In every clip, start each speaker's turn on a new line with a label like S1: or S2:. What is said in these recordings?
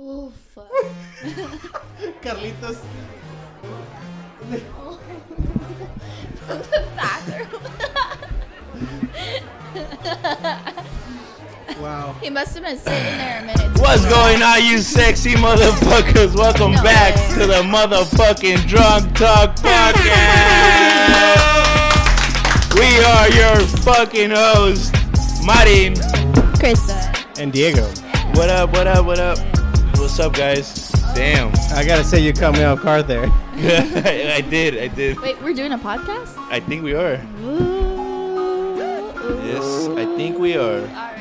S1: Oh,
S2: Carlitos.
S1: From the bathroom.
S2: Wow.
S1: He must have been sitting there a minute.
S3: What's going on, you sexy motherfuckers? Welcome
S1: No
S3: back
S1: way.
S3: to the motherfucking Drunk Talk Podcast. we are your fucking hosts, Martin.
S1: Krista.
S2: And Diego.
S3: What up, what up, what up? What's up, guys? Damn.
S2: I gotta say, you caught me off guard there.
S3: I did, I did.
S1: Wait, we're doing a podcast?
S3: I think we are. Yes, I think we are.
S1: Alright.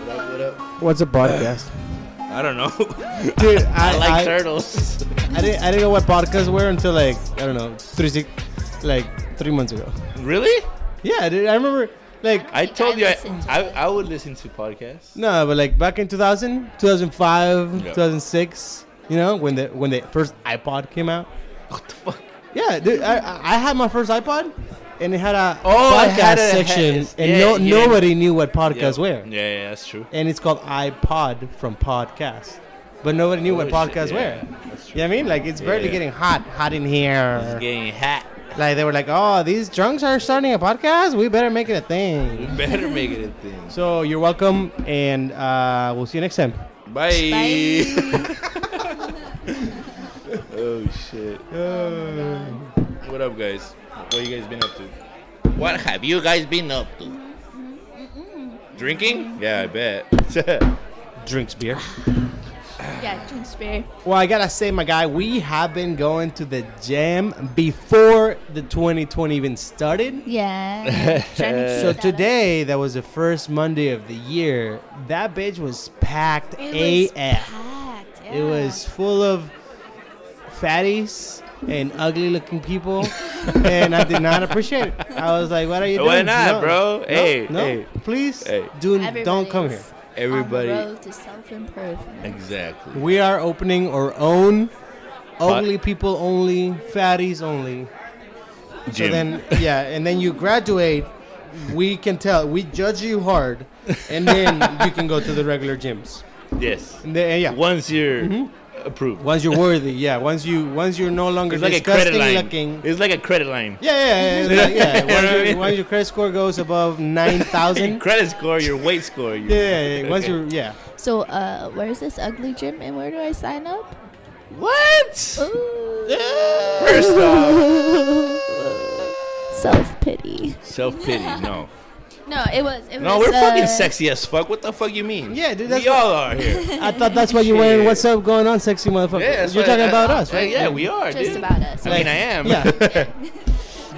S3: What up, what up?
S2: What's a podcast?
S3: I don't know.
S2: Dude,
S3: I,
S2: I-
S3: like
S2: I-
S3: turtles.
S2: I didn't, I didn't know what podcasts were until like, I don't know, three, six, like three months ago.
S3: really?
S2: Yeah, dude, I remember, like,
S3: I
S1: think
S3: told
S1: I
S3: you I,
S1: listen to
S3: I,
S1: it.
S3: I would listen to podcasts.
S2: no, but like back in 2000, 2005,
S3: Yeah.
S2: 2006, you know, when the when the first iPod came out.
S3: What the fuck?
S2: Yeah, dude, I, I I had my first iPod, and it had a
S3: Oh, it
S2: podcast
S3: had a-
S2: section,
S3: had-
S2: and
S3: yeah,
S2: no
S3: you didn't-
S2: nobody knew what podcasts
S3: yeah.
S2: were,
S3: Yeah, yeah, that's true.
S2: and it's called iPod from podcast, but nobody knew what
S3: Oh, shit,
S2: podcasts
S3: yeah,
S2: were.
S3: That's true.
S2: You know what I mean? Like it's barely
S3: Yeah.
S2: getting hot, hot in
S3: It's
S2: here.
S3: getting hot.
S2: Like they were like, oh, these drunks are starting a podcast. We better make it a
S3: We
S2: thing.
S3: better make it a thing.
S2: So you're welcome, and uh, we'll see you next time.
S3: Bye.
S1: Bye.
S3: oh shit.
S2: Oh.
S3: What up, guys? What you guys been up to? What have you guys been up to? Drinking? Yeah, I bet.
S2: Drinks beer.
S1: yeah, drink spear.
S2: Well, I gotta say, my guy, we have been going to the gym before the 2020 even started.
S1: Yeah. Trying to keep
S2: So
S1: that up.
S2: today, that was the first Monday of the year. That bitch was packed
S1: It was
S2: AF.
S1: packed,
S2: It was full of fatties and ugly-looking people, and I did not appreciate it. I was like, "What are you doing?
S3: Why not, bro? Hey,
S2: no,
S3: hey.
S2: please,
S3: Hey.
S2: do
S1: Everybody's
S2: don't come here."
S3: Everybody.
S1: On the road to self improvement.
S3: Exactly.
S2: We are opening our own ugly people only, fatties only. So
S3: Gym.
S2: then, yeah, and then you graduate. We can tell. We judge you hard, and then you can go to the regular gyms.
S3: yes.
S2: And then, yeah, Mm-hmm.
S3: Once you're approved.
S2: once you're worthy, yeah, once you once you're no longer
S3: It's like a
S2: disgusting
S3: credit line.
S2: looking.
S3: It's like a credit line.
S2: Yeah, yeah, yeah. yeah, like, yeah.
S3: You know what I
S2: Once, your,
S3: mean?
S2: once your credit score goes above nine
S3: Your
S2: thousand,
S3: credit score, your weight score. Your
S2: yeah, yeah, yeah. Once
S3: Okay.
S2: you're yeah,
S1: So, uh, where's this ugly gym and where do I sign up?
S3: What?
S1: Ooh.
S3: First off,
S1: Self pity.
S3: self pity. No.
S1: No, it was. It
S3: No,
S1: was,
S3: we're fucking
S1: uh,
S3: sexy as fuck. What the fuck you mean?
S2: Yeah, dude, that's
S3: we all are here.
S2: I thought that's what you were wearing.
S3: Shit.
S2: What's up, going on, sexy motherfucker?
S3: Yeah, that's
S2: you're
S3: what-
S2: talking
S3: uh,
S2: about us,
S3: uh,
S2: right?
S3: Yeah, we are.
S1: Just
S3: dude.
S1: about us.
S3: I mean, I am.
S2: Yeah.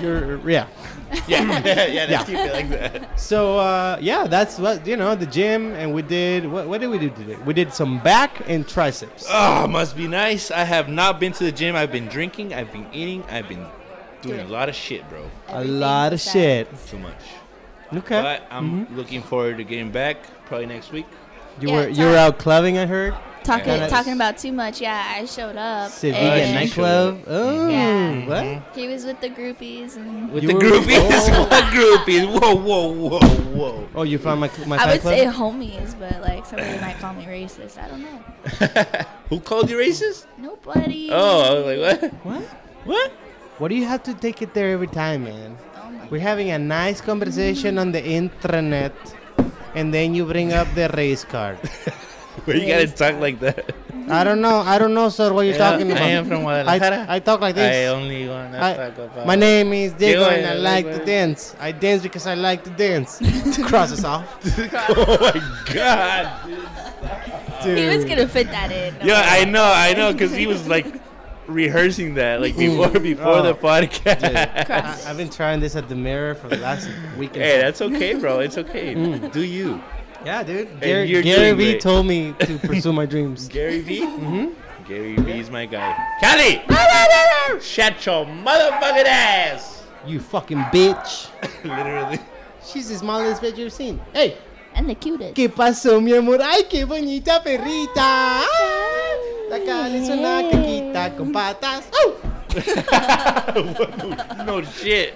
S2: You're yeah.
S3: yeah, yeah, yeah.
S2: Yeah.
S3: That's yeah. like that.
S2: So uh, yeah, that's what you know. The gym, and we did what? What did we do today? We did some back and triceps.
S3: Oh, must be nice. I have not been to the gym. I've been drinking. I've been eating. I've been doing a lot of shit, bro.
S2: A
S1: everything
S2: lot of
S1: besides-
S2: shit.
S3: Too much.
S2: Okay.
S3: But I'm looking forward to getting back probably next week.
S2: you
S1: Yeah,
S2: were
S1: it's
S2: you were
S1: all-
S2: out clubbing, I heard.
S1: Talking
S3: Yeah.
S1: talking about too much. Yeah, I showed up.
S2: Sevilla
S1: and
S3: night
S2: nightclub. Oh,
S1: Yeah.
S2: what?
S1: He was with the groupies and
S3: Mm-hmm. With
S2: You
S3: the
S2: were-
S3: groupies.
S2: Oh.
S3: what groupies? Whoa, whoa, whoa, whoa.
S2: Oh, you found my my
S1: I
S2: fight
S1: would
S2: club.
S1: say homies, but like somebody might call me racist. I don't know.
S3: Who called you racist?
S1: Nobody.
S3: Oh, I was like, what?
S2: what?
S3: What?
S2: What do you have to take it there every time, man?
S1: Oh my
S2: We're having a nice conversation on the intranet, and then you bring up the race card.
S3: Why you gotta talk like that?
S2: I don't know. I don't know, sir. What you're talking about?
S3: I am from Guadalajara.
S2: I, I talk like this.
S3: I only wanna
S2: I-
S3: talk about.
S2: my name is Diego,
S3: Diego,
S2: and
S3: yeah,
S2: I like
S3: like
S2: to
S3: what?
S2: dance. I dance because I like to dance. Cross us off.
S3: oh my god. dude.
S1: He was gonna fit that in.
S3: Yeah, I know, I know, because he was like rehearsing that like before before the
S2: Mm. Oh.
S3: podcast.
S2: I, have been trying this at the mirror for the last weekend.
S3: Hey, that's okay, bro. It's okay.
S2: Mm.
S3: Do you,
S2: yeah, dude.
S3: Hey,
S2: Gary,
S3: you're
S2: Gary
S3: doing
S2: Vee
S3: great.
S2: told me to pursue my dreams.
S3: Gary V? Mm-hmm. Gary V is my guy. Cali, shut your motherfucking ass.
S2: You fucking bitch.
S3: Literally.
S2: She's the smallest bitch you've seen. Hey,
S1: And the cutest.
S2: ¿qué pasó, mi amor? Ay, qué bonita perrita. Ah, La cara es una caquita con patas. Oh!
S3: no shit.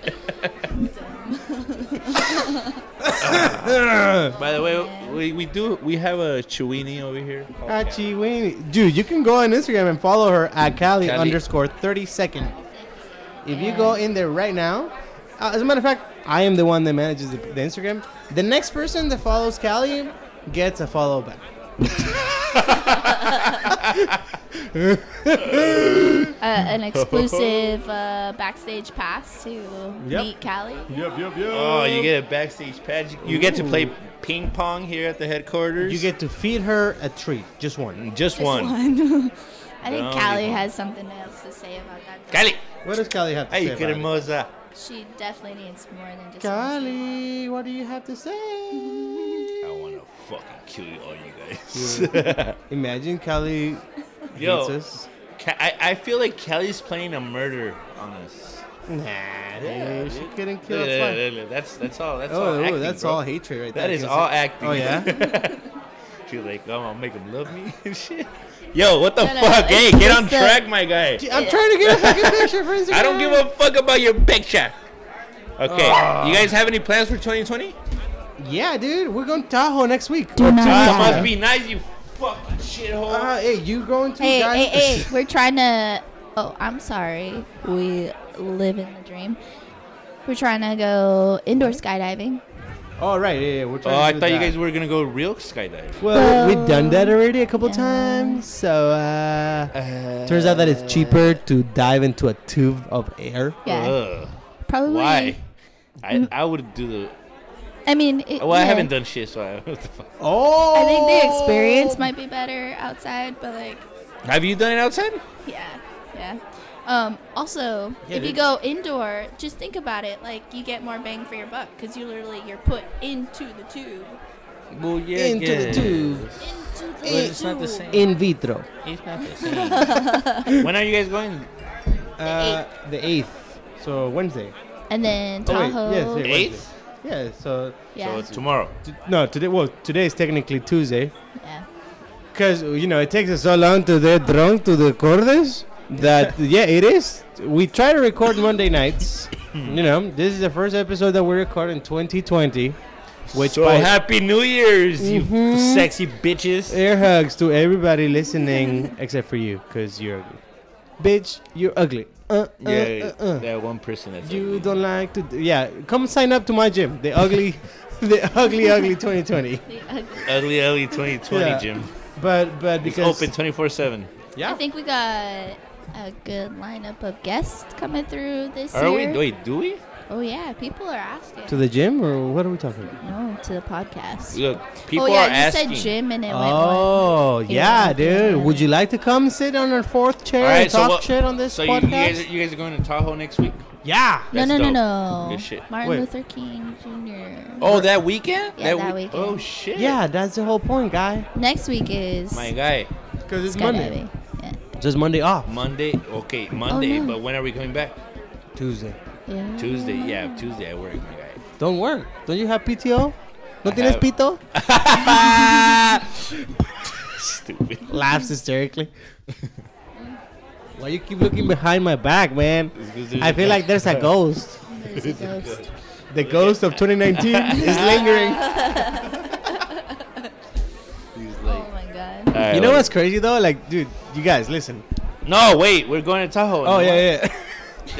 S3: By the way, we, we do we have a Chewini over here.
S2: Hachi Weenie. Ah, Dude, you can go on Instagram and follow her at Cali
S3: Cali.
S2: underscore 32nd. If you go in there right now, uh, as a matter of fact, I am the one that manages the, the Instagram. The next person that follows Cali gets a follow back.
S1: Uh, an exclusive uh, backstage pass to meet Callie.
S4: Yep, yep, yep.
S3: Oh, you get a backstage patch. You get to play ping pong here at the headquarters.
S2: You get to feed her a treat, just one.
S3: just one.
S1: I think
S3: No,
S1: Callie
S3: you-
S1: has something else to say about that.
S3: Cali.
S2: What does Cali have to
S3: Ay,
S2: say?
S3: qué
S2: about it?
S3: hermosa.
S1: She definitely needs more than just.
S2: Cali, what do you have to say?
S3: I want to fucking kill you all you guys.
S2: Imagine Cali hates
S3: Yo,
S2: us.
S3: Ca- I, I feel like Kelly's playing a murder on us.
S2: Nah, dude, she couldn't kill
S3: Look,
S2: us.
S3: look,
S2: fine.
S3: look, look, That's that's all. That's all.
S2: Oh, ooh,
S3: acting,
S2: that's
S3: bro.
S2: all hatred right there.
S3: That is
S2: Can I
S3: all
S2: say-
S3: acting.
S2: Oh, yeah?
S3: She's like, I'm gonna make him love me and shit. Yo, what the
S1: No, no,
S3: fuck?
S1: no,
S3: hey,
S1: it's
S3: get on
S1: just a-
S3: track, my guy.
S2: Gee, I'm trying to get a fucking picture for Instagram.
S3: I don't give a fuck about your picture. Okay, you guys have any plans for 2020?
S2: Yeah, dude, we're going to Tahoe next week.
S1: Do not
S3: Ah,
S1: die.
S3: must be nice, you fucking shithole.
S2: Uh, hey, you going to
S1: Hey,
S2: guys?
S1: hey, hey! We're trying to. Oh, I'm sorry. We live in the dream. We're trying to go indoor skydiving.
S2: Oh, right, yeah, yeah, we're trying
S3: oh, I
S2: to do
S3: thought you
S2: that.
S3: guys were gonna go real skydive.
S2: Well, we've done that
S1: Oh,
S2: already a couple
S1: yeah.
S2: times, so uh,
S3: Uh,
S2: turns out that it's cheaper to dive into a tube of air.
S1: Yeah,
S3: Ugh,
S1: probably.
S3: why?
S2: Mm.
S3: I, I would do the.
S1: I mean, it,
S3: Well, I
S1: yeah.
S3: haven't done shit, so I. What the fuck?
S2: Oh,
S1: I think the experience might be better outside, but like,
S3: Have you done it outside?
S1: yeah, yeah. Um, also,
S2: Yeah,
S1: if you
S2: dude.
S1: go indoor, just think about it. Like, you get more bang for your buck because you literally you're put into the tube.
S3: Well, yeah.
S2: Into the tube.
S1: Into the
S3: But it's not the
S1: tube.
S3: same.
S2: in vitro.
S3: It's not the same. when are you guys going?
S2: Uh, the eighth. So Wednesday.
S1: And then
S2: Oh, wait,
S1: Tahoe.
S2: yes, yeah, Wednesday.
S3: Eighth?
S2: Yeah. So
S1: Yeah.
S3: So it's tomorrow.
S2: t- no, today. Well, today is technically Tuesday.
S1: yeah.
S2: Because, you know, it takes us so long to get drunk to the cordes that, yeah, it is. We try to record Monday nights. you know, this is the first episode that we record in 2020. Which
S3: so
S2: by
S3: happy New Year's, you
S2: Mhm.
S3: sexy bitches.
S2: air hugs to everybody listening except for you because you're ugly. Bitch, you're ugly. Uh, uh,
S3: Yeah,
S2: uh, uh.
S3: that one person that's
S2: You
S3: ugly.
S2: don't like to. d- yeah, come sign up to my gym. The ugly, the ugly, ugly 2020.
S1: The ugly-
S3: ugly ugly 2020
S2: Yeah,
S3: Jim.
S2: But, but
S3: It's
S2: because.
S3: open 24 seven.
S2: Yeah.
S1: I think we got a good lineup of guests coming through this
S3: Are we?
S1: year.
S3: Wait, do we?
S1: oh yeah, people are asking.
S2: To the gym, or what are we talking about?
S1: no, to the podcast.
S3: Look, people
S1: oh yeah,
S3: are
S1: you
S3: asking.
S1: said gym and it went
S2: Oh yeah,
S1: Yeah.
S2: dude! Would you like to come sit on our fourth chair
S3: All right,
S2: and
S3: so
S2: talk
S3: what-
S2: shit on this
S3: So you, you
S2: podcast?
S3: guys, you guys are going to Tahoe next week?
S2: yeah.
S1: one.
S3: That's
S1: No, no, no,
S3: dope.
S1: no.
S3: Good shit.
S1: Martin
S2: Wait.
S1: Luther King Jr.
S3: Oh, that weekend?
S1: Yeah,
S3: week-
S1: that weekend.
S3: Oh shit.
S2: Yeah, that's the whole point, guy.
S1: Next week is
S3: My guy,
S2: Because it's
S1: skydiving. Yeah.
S2: Just Monday off.
S3: Monday.
S2: Oh,
S3: Okay, Monday.
S1: no.
S3: But when are we coming back?
S2: Tuesday.
S1: Yeah.
S3: Tuesday. Yeah, Tuesday. I work, my guy.
S2: Don't work. Don't you have PTO? No tienes
S3: have-
S2: pito?
S3: Stupid.
S2: Laughs hysterically. Why you keep looking behind my back, man? I feel like there's a ghost.
S1: There's a ghost.
S2: The ghost of 2019 is lingering.
S1: oh my god.
S2: You know what's crazy though? Like, dude, you guys listen.
S3: uh, No, wait. We're going to Tahoe.
S2: Oh yeah, yeah.
S3: yeah.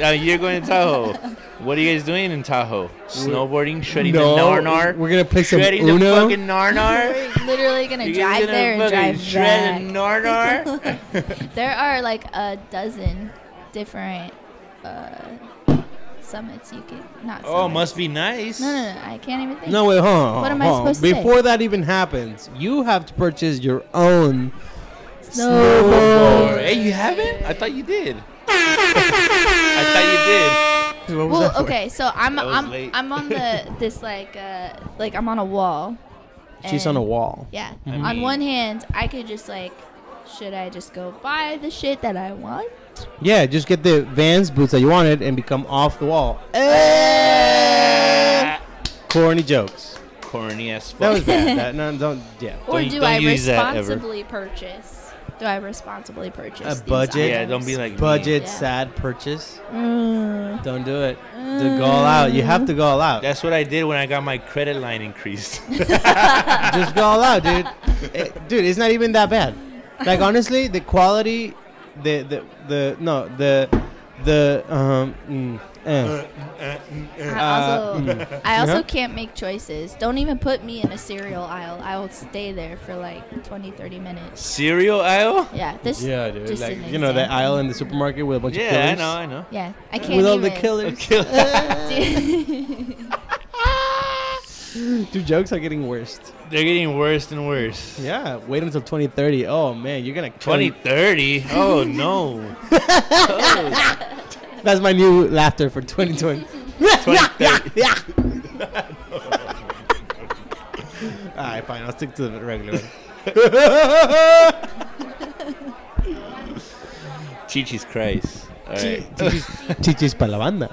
S3: Uh, you're going to Tahoe. what are you guys doing in Tahoe? Snowboarding, shredding the narnar,
S2: we're gonna play some
S3: shredding
S2: Uno.
S3: the fucking narnar.
S1: We're literally gonna
S3: You guys
S1: drive
S3: gonna
S1: there and
S3: fucking
S1: drive back.
S3: shred the narnar.
S1: There are like a dozen different uh, summits you can not.
S3: oh,
S1: summits.
S3: must be nice.
S1: No, no, no, I can't even think.
S2: No, wait, hold on.
S1: What
S2: hold
S1: am I
S2: on.
S1: supposed to say?
S2: Before that even happens, you have to purchase your own.
S1: Snowboard.
S3: Or- hey, you haven't? I thought you did. I thought
S2: What was
S1: Well,
S2: that for?
S1: okay, so I'm
S3: That was
S1: I'm
S3: late.
S1: I'm on the this like uh like I'm on a wall.
S2: She's
S1: and-
S2: on a wall.
S1: Yeah.
S3: I
S1: on
S3: mean-
S1: one hand, I could just like, should I just go buy the shit that I want?
S2: Yeah, just get the Vans boots that you wanted and become off the wall. Eh. Corny jokes.
S3: you did. Corny as fuck.
S2: That was bad. That, no, don't. Yeah.
S1: Or
S3: Don't-
S1: do
S3: don't
S1: I
S3: use that ever.
S1: responsibly purchase? do I responsibly purchase
S2: A budget?
S3: Yeah, don't be like me.
S2: Budget
S1: Yeah.
S2: sad purchase.
S1: Mm,
S2: Don't do it. To go all out. You have to go all out.
S3: That's what I did when I got my credit line increased.
S2: Just go all out, dude. Eh, dude, it's not even that bad. Like honestly, the quality, the the the no the the um. Mm, eh.
S1: I
S2: Uh,
S1: also,
S3: mm.
S1: I also
S2: Uh-huh.
S1: can't make choices. Don't even put me in a cereal aisle. I will stay there for like 20, 30 minutes.
S3: Cereal aisle?
S1: Yeah, this.
S2: Yeah, dude.
S1: just
S2: Like
S1: an
S2: you know the
S1: example.
S2: aisle in the supermarket with a bunch of
S3: Yeah, I
S2: killers.
S3: know, I know.
S1: Yeah, I can't
S2: With all the
S1: even.
S2: killers. Dude, jokes are getting worse.
S3: They're getting worse and worse.
S2: Yeah, wait until 2030. Oh man, you're gonna kill-
S3: 2030? Oh no.
S2: That's my new laughter for 2020. yeah, yeah, yeah. All right, fine. I'll stick to the regular one.
S3: Chichi's Christ. All right.
S2: Chichis pa la banda.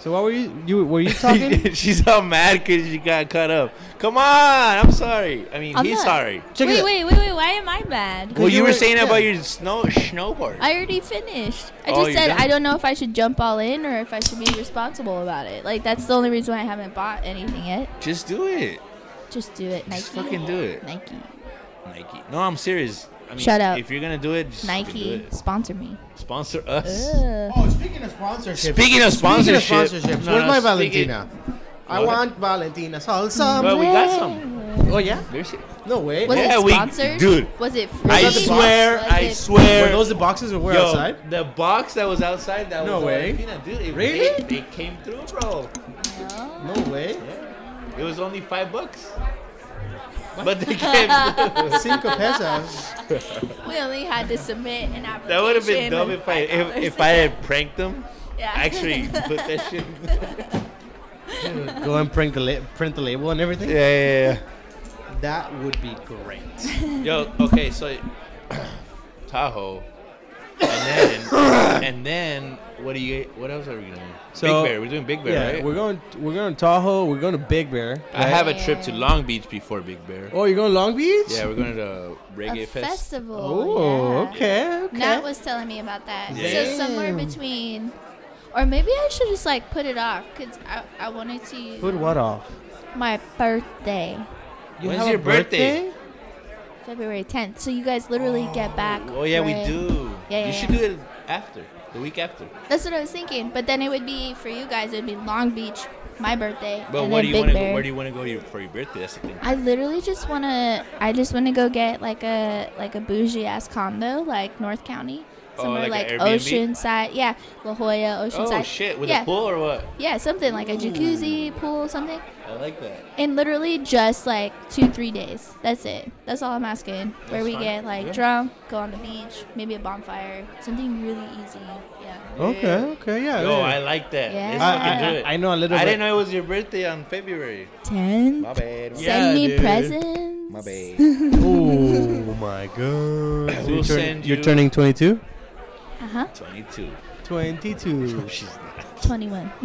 S2: So what were you? You were you talking?
S3: She's all mad because she got cut up. Come on, I'm sorry. I mean,
S1: I'm
S3: he's
S1: not.
S3: sorry.
S2: Check it
S1: wait,
S2: out.
S1: wait, wait, wait. Why am I bad?
S3: Well, you,
S2: you
S3: were
S2: were-
S3: saying about
S2: yeah.
S3: your snow snowboard.
S1: I already finished. I
S3: Oh,
S1: just
S3: you're
S1: said
S3: done?
S1: I don't know if I should jump all in or if I should be responsible about it. Like that's the only reason why I haven't bought anything yet.
S3: Just do it.
S1: Just do it, Nike.
S3: Just fucking do it.
S1: Nike.
S3: Nike. No, I'm serious. I mean,
S1: Shut up.
S3: If you're gonna do it, just fucking do
S1: Nike
S3: it.
S1: sponsor me.
S3: Sponsor us.
S1: Ugh.
S2: Oh, speaking of sponsorship.
S3: Speaking of sponsorship,
S2: sponsorships,
S3: No,
S2: where's
S3: no,
S2: my
S3: speaking-
S2: Valentina? I
S3: What?
S2: want Valentina salsa.
S3: Well, we got some.
S2: Oh yeah?
S3: There's it.
S2: No way.
S1: Was
S3: Yeah,
S1: it
S3: we-
S1: sponsored?
S3: dude,
S1: Was it free?
S3: I
S2: that the
S3: swear,
S1: Was
S3: I
S1: it-
S3: swear.
S2: Were those the boxes that were
S3: Yo,
S2: outside?
S3: the box that was outside that
S2: No
S3: was
S2: way.
S3: Valentina, dude. It,
S2: Really?
S3: It, it came through, bro.
S2: No way.
S3: It was only five bucks. But they came through.
S2: Cinco pesos.
S1: We only had to submit an application.
S3: That would have been dumb
S1: with
S3: if I if,
S1: $5.
S3: if I had pranked them.
S1: Yeah.
S3: Actually, put that shit.
S2: Go and print the la- print the label and everything.
S3: yeah,
S2: That would be great.
S3: yeah. Yo, okay, so Tahoe, and then and then what do you? What else are we gonna do?
S2: So-
S3: Big Bear. We're doing Big Bear,
S2: yeah,
S3: right?
S2: we're going we're going to Tahoe. We're going to Big Bear.
S3: I have a
S1: Yeah.
S3: trip to Long Beach before Big Bear.
S2: Oh, you're going to Long Beach?
S3: Yeah, we're going to the Reggae
S1: a
S3: Fest.
S1: festival.
S2: Oh,
S1: yeah.
S2: okay. Okay.
S1: Nat was telling me about that.
S3: Yeah.
S1: So somewhere
S2: Damn.
S1: between, or maybe I should just like put it off because I, I wanted to
S2: Put what off?
S1: my birthday,
S3: When's
S2: have a
S3: your birthday?
S1: February 10th. So you guys literally get back.
S3: Oh yeah, we
S1: right-
S3: do.
S1: Yeah,
S3: you
S1: yeah,
S3: should
S1: yeah.
S3: do it after the week after.
S1: That's what I was thinking. But then it would be for you guys. It would be Long Beach, my birthday,
S3: But
S1: and then
S3: where do you
S1: Big
S3: want to
S1: Bear.
S3: go? Where do you want to go your- for your birthday? That's the thing.
S1: I literally just wanna. I just wanna go get like a like a bougie ass condo, like North County,
S3: Oh,
S1: somewhere
S3: like
S1: like,
S3: a Airbnb?
S1: Oceanside. Yeah, La Jolla,
S3: Oh
S1: Oceanside.
S3: shit! With
S1: yeah,
S3: a pool or what?
S1: Yeah, something like a jacuzzi, pool, something.
S3: I like that.
S1: And literally just like two, three days. That's it. That's all I'm asking. Where
S3: That's
S1: we
S3: fine.
S1: get like
S3: Yeah.
S1: drunk, go on the beach, maybe a bonfire, something really easy. Yeah.
S2: Okay. Okay. Yeah.
S3: Yo,
S2: yeah.
S3: I like that. Let's
S1: Yeah.
S3: fucking
S2: I,
S3: do
S2: I,
S3: it.
S2: I know a little
S3: I
S2: bit.
S3: didn't know it was your birthday on February.
S1: Ten.
S3: My bad.
S1: Send
S3: Yeah,
S1: me
S3: dude.
S1: presents.
S3: My bad.
S2: Oh my god.
S3: We'll
S2: you're,
S3: send you-
S2: are turning 22?
S1: Uh huh.
S3: 22.
S2: 22.
S3: She's not.
S1: Twenty-one.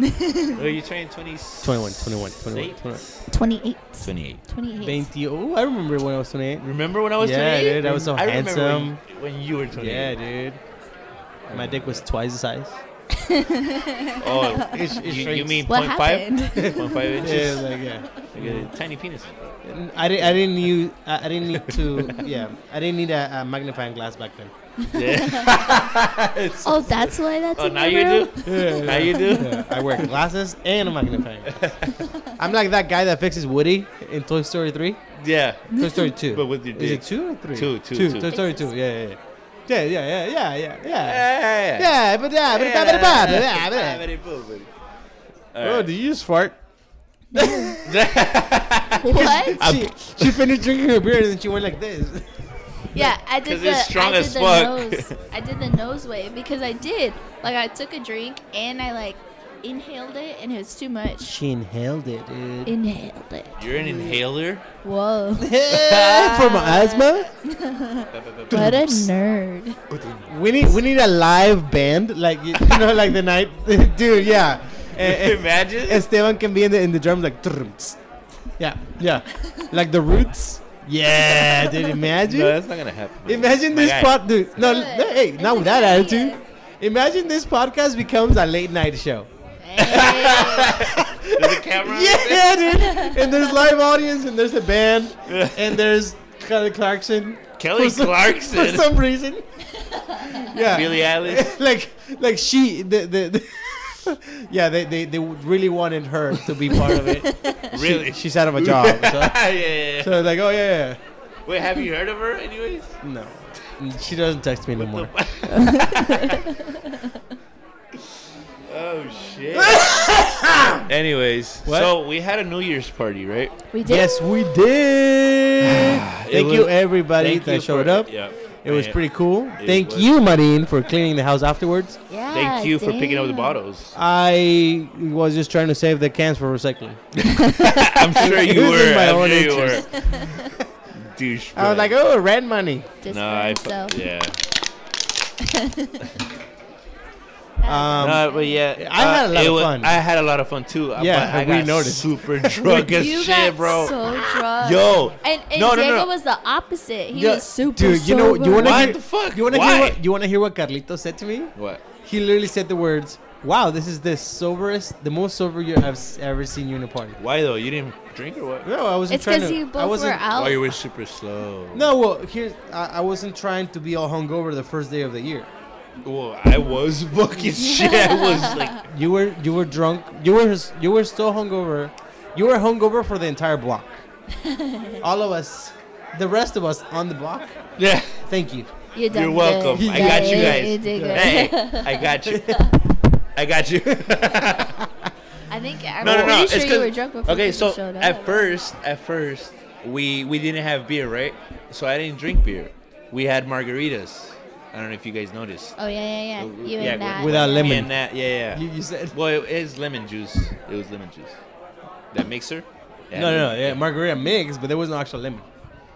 S3: Oh, you turning 26?
S2: 21, 21, 21, 21.
S1: 28.
S3: 28.
S1: 28.
S2: 20. Oh, I remember when I was 28.
S3: Remember when I was
S2: Yeah,
S3: 28?
S2: dude, I was so
S3: I remember
S2: handsome.
S3: When, when you were 28.
S2: Yeah, dude. My dick was twice the size.
S3: Oh,
S2: It's- it
S3: you, you
S2: shrinks.
S3: mean
S1: What
S3: 0.5? 0.5
S2: Yeah,
S3: inches?
S2: like yeah.
S3: Like a tiny penis.
S2: N- I didn't. I didn't use. I, I didn't need to. Yeah, I didn't need a, a magnifying glass back then.
S3: Yeah.
S1: Oh, that's why that's
S3: oh,
S1: in
S3: now
S1: your
S3: you
S1: room?
S3: do? Now you do?
S2: Yeah, I wear glasses and a magnifying. glass. I'm like that guy that fixes Woody in Toy Story three,
S3: Yeah.
S2: Toy Story two.
S3: But with your
S2: is
S3: dick.
S2: it two or three?
S3: Two, two, two.
S2: Toy Story two. Yeah, yeah, yeah, yeah, yeah, yeah, yeah, yeah.
S3: Yeah.
S2: Yeah, but yeah, but yeah, but yeah, but yeah, but yeah. Oh,
S3: Alright.
S2: did you just fart?
S1: What?
S2: She, she finished drinking her beer and then she went like this.
S1: Yeah, I
S3: 'Cause
S1: did the
S3: it's strong
S1: I did
S3: as
S1: the
S3: fuck.
S1: nose. I did the nose wave because I did. Like I took a drink and I like inhaled it and it was too much.
S2: She inhaled it, dude.
S1: Inhaled it.
S3: You're an inhaler?
S1: Whoa.
S2: From asthma.
S1: what a nerd.
S2: We need we need a live band like you you know like the night dude yeah. Eh, eh,
S3: Imagine.
S2: Esteban can be in the in the drums like trrrm, tss. yeah yeah like the roots Yeah, dude. Imagine.
S3: No, that's not gonna happen.
S2: Imagine
S3: My
S2: this
S3: guy.
S2: pod, dude. No,
S1: Good.
S2: no hey,
S1: It's
S2: not with
S1: a
S2: that
S1: good
S2: attitude.
S1: idea.
S2: Imagine this podcast becomes a late night show.
S1: Hey.
S3: There's a camera.
S2: Yeah, dude. And there's live audience, and there's a band, and there's Kelly Clarkson.
S3: Kelly
S2: For some-
S3: Clarkson.
S2: for some reason. Yeah.
S3: Billie Eilish.
S2: like, like she, the, the, the yeah, they, they, they really wanted her to be part of it.
S3: Really?
S2: She's out of a job. So,
S3: yeah, yeah, yeah.
S2: so like, oh yeah,
S3: Wait, have you heard of her, anyways?
S2: yeah. no, she doesn't text me anymore.
S3: oh shit. anyways,
S2: What?
S3: so we had a New Year's party, right?
S1: we did.
S2: Yes, we did. thank
S3: was-
S2: you everybody that
S3: you
S2: showed
S3: for-
S2: up.
S3: Yeah.
S2: It was
S3: Yeah.
S2: pretty cool.
S3: It
S2: Thank
S3: was.
S2: you, Marine, for cleaning the house afterwards.
S1: Yeah,
S3: Thank you for picking up the
S1: Ah, damn.
S3: bottles.
S2: I was just trying to save the cans for recycling.
S3: I'm sure
S2: It
S3: you
S2: was in
S3: were.
S2: my
S3: I'm
S2: own
S3: sure you were. Douche.
S2: I was like, oh, rent money.
S1: Just for
S3: no, I. fu-
S1: himself.
S3: yeah.
S2: Um,
S3: no, but yeah, uh,
S2: I had a lot
S3: it
S2: of
S3: wa-
S2: fun.
S3: I had a lot of fun too.
S2: Yeah,
S3: but I,
S2: we
S3: got
S2: noticed.
S3: Super drunk as
S1: You
S3: shit,
S1: got
S3: bro.
S1: so drunk.
S3: Yo,
S1: And, and
S3: No, no,
S1: Diego
S3: no.
S1: was the opposite. He
S2: Yeah,
S1: was super
S2: Dude, you know, you
S1: sober.
S2: want to
S3: Why
S2: hear
S3: the fuck?
S2: You want to
S3: Why?
S2: hear what you want to hear what Carlito said to me?
S3: what?
S2: He literally said the words, "Wow, this is the soberest, the most sober you I've s- ever seen you in a party."
S3: Why though? You didn't drink or what?
S2: No, I wasn't
S1: It's
S2: trying
S1: because
S2: to.
S1: you
S2: I
S1: both were
S2: wasn't.
S3: Oh,
S1: out.
S3: you were super slow.
S2: No, well, here's I, I wasn't trying to be all hungover the first day of the year.
S3: Well, I was fucking shit. I was like,
S2: You were you were drunk. You were you were so hungover. You were hungover for the entire block. All of us, the rest of us on the block.
S3: yeah.
S2: Thank you.
S1: You done
S3: You're welcome.
S1: good.
S3: I got
S1: Yeah,
S3: you guys.
S1: You did good.
S3: Hey, I got you. I got you.
S1: I think I'm
S3: no, no, no.
S1: pretty
S3: It's
S1: sure
S3: 'cause-
S1: you were drunk before
S3: okay,
S1: you
S3: so
S1: showed up.
S3: at first, at first, we we didn't have beer, right? So I didn't drink beer. We had margaritas. I don't know if you guys noticed.
S1: Oh yeah, yeah, yeah. You and
S3: we-
S1: that.
S2: Without
S3: me
S2: lemon.
S3: and that- yeah, yeah.
S2: You, you said
S3: Well, it is lemon juice. It was lemon juice. That mixer. Yeah,
S2: no, no, no.
S3: lemon-
S2: Yeah, margarita mix, but there was no actual lemon.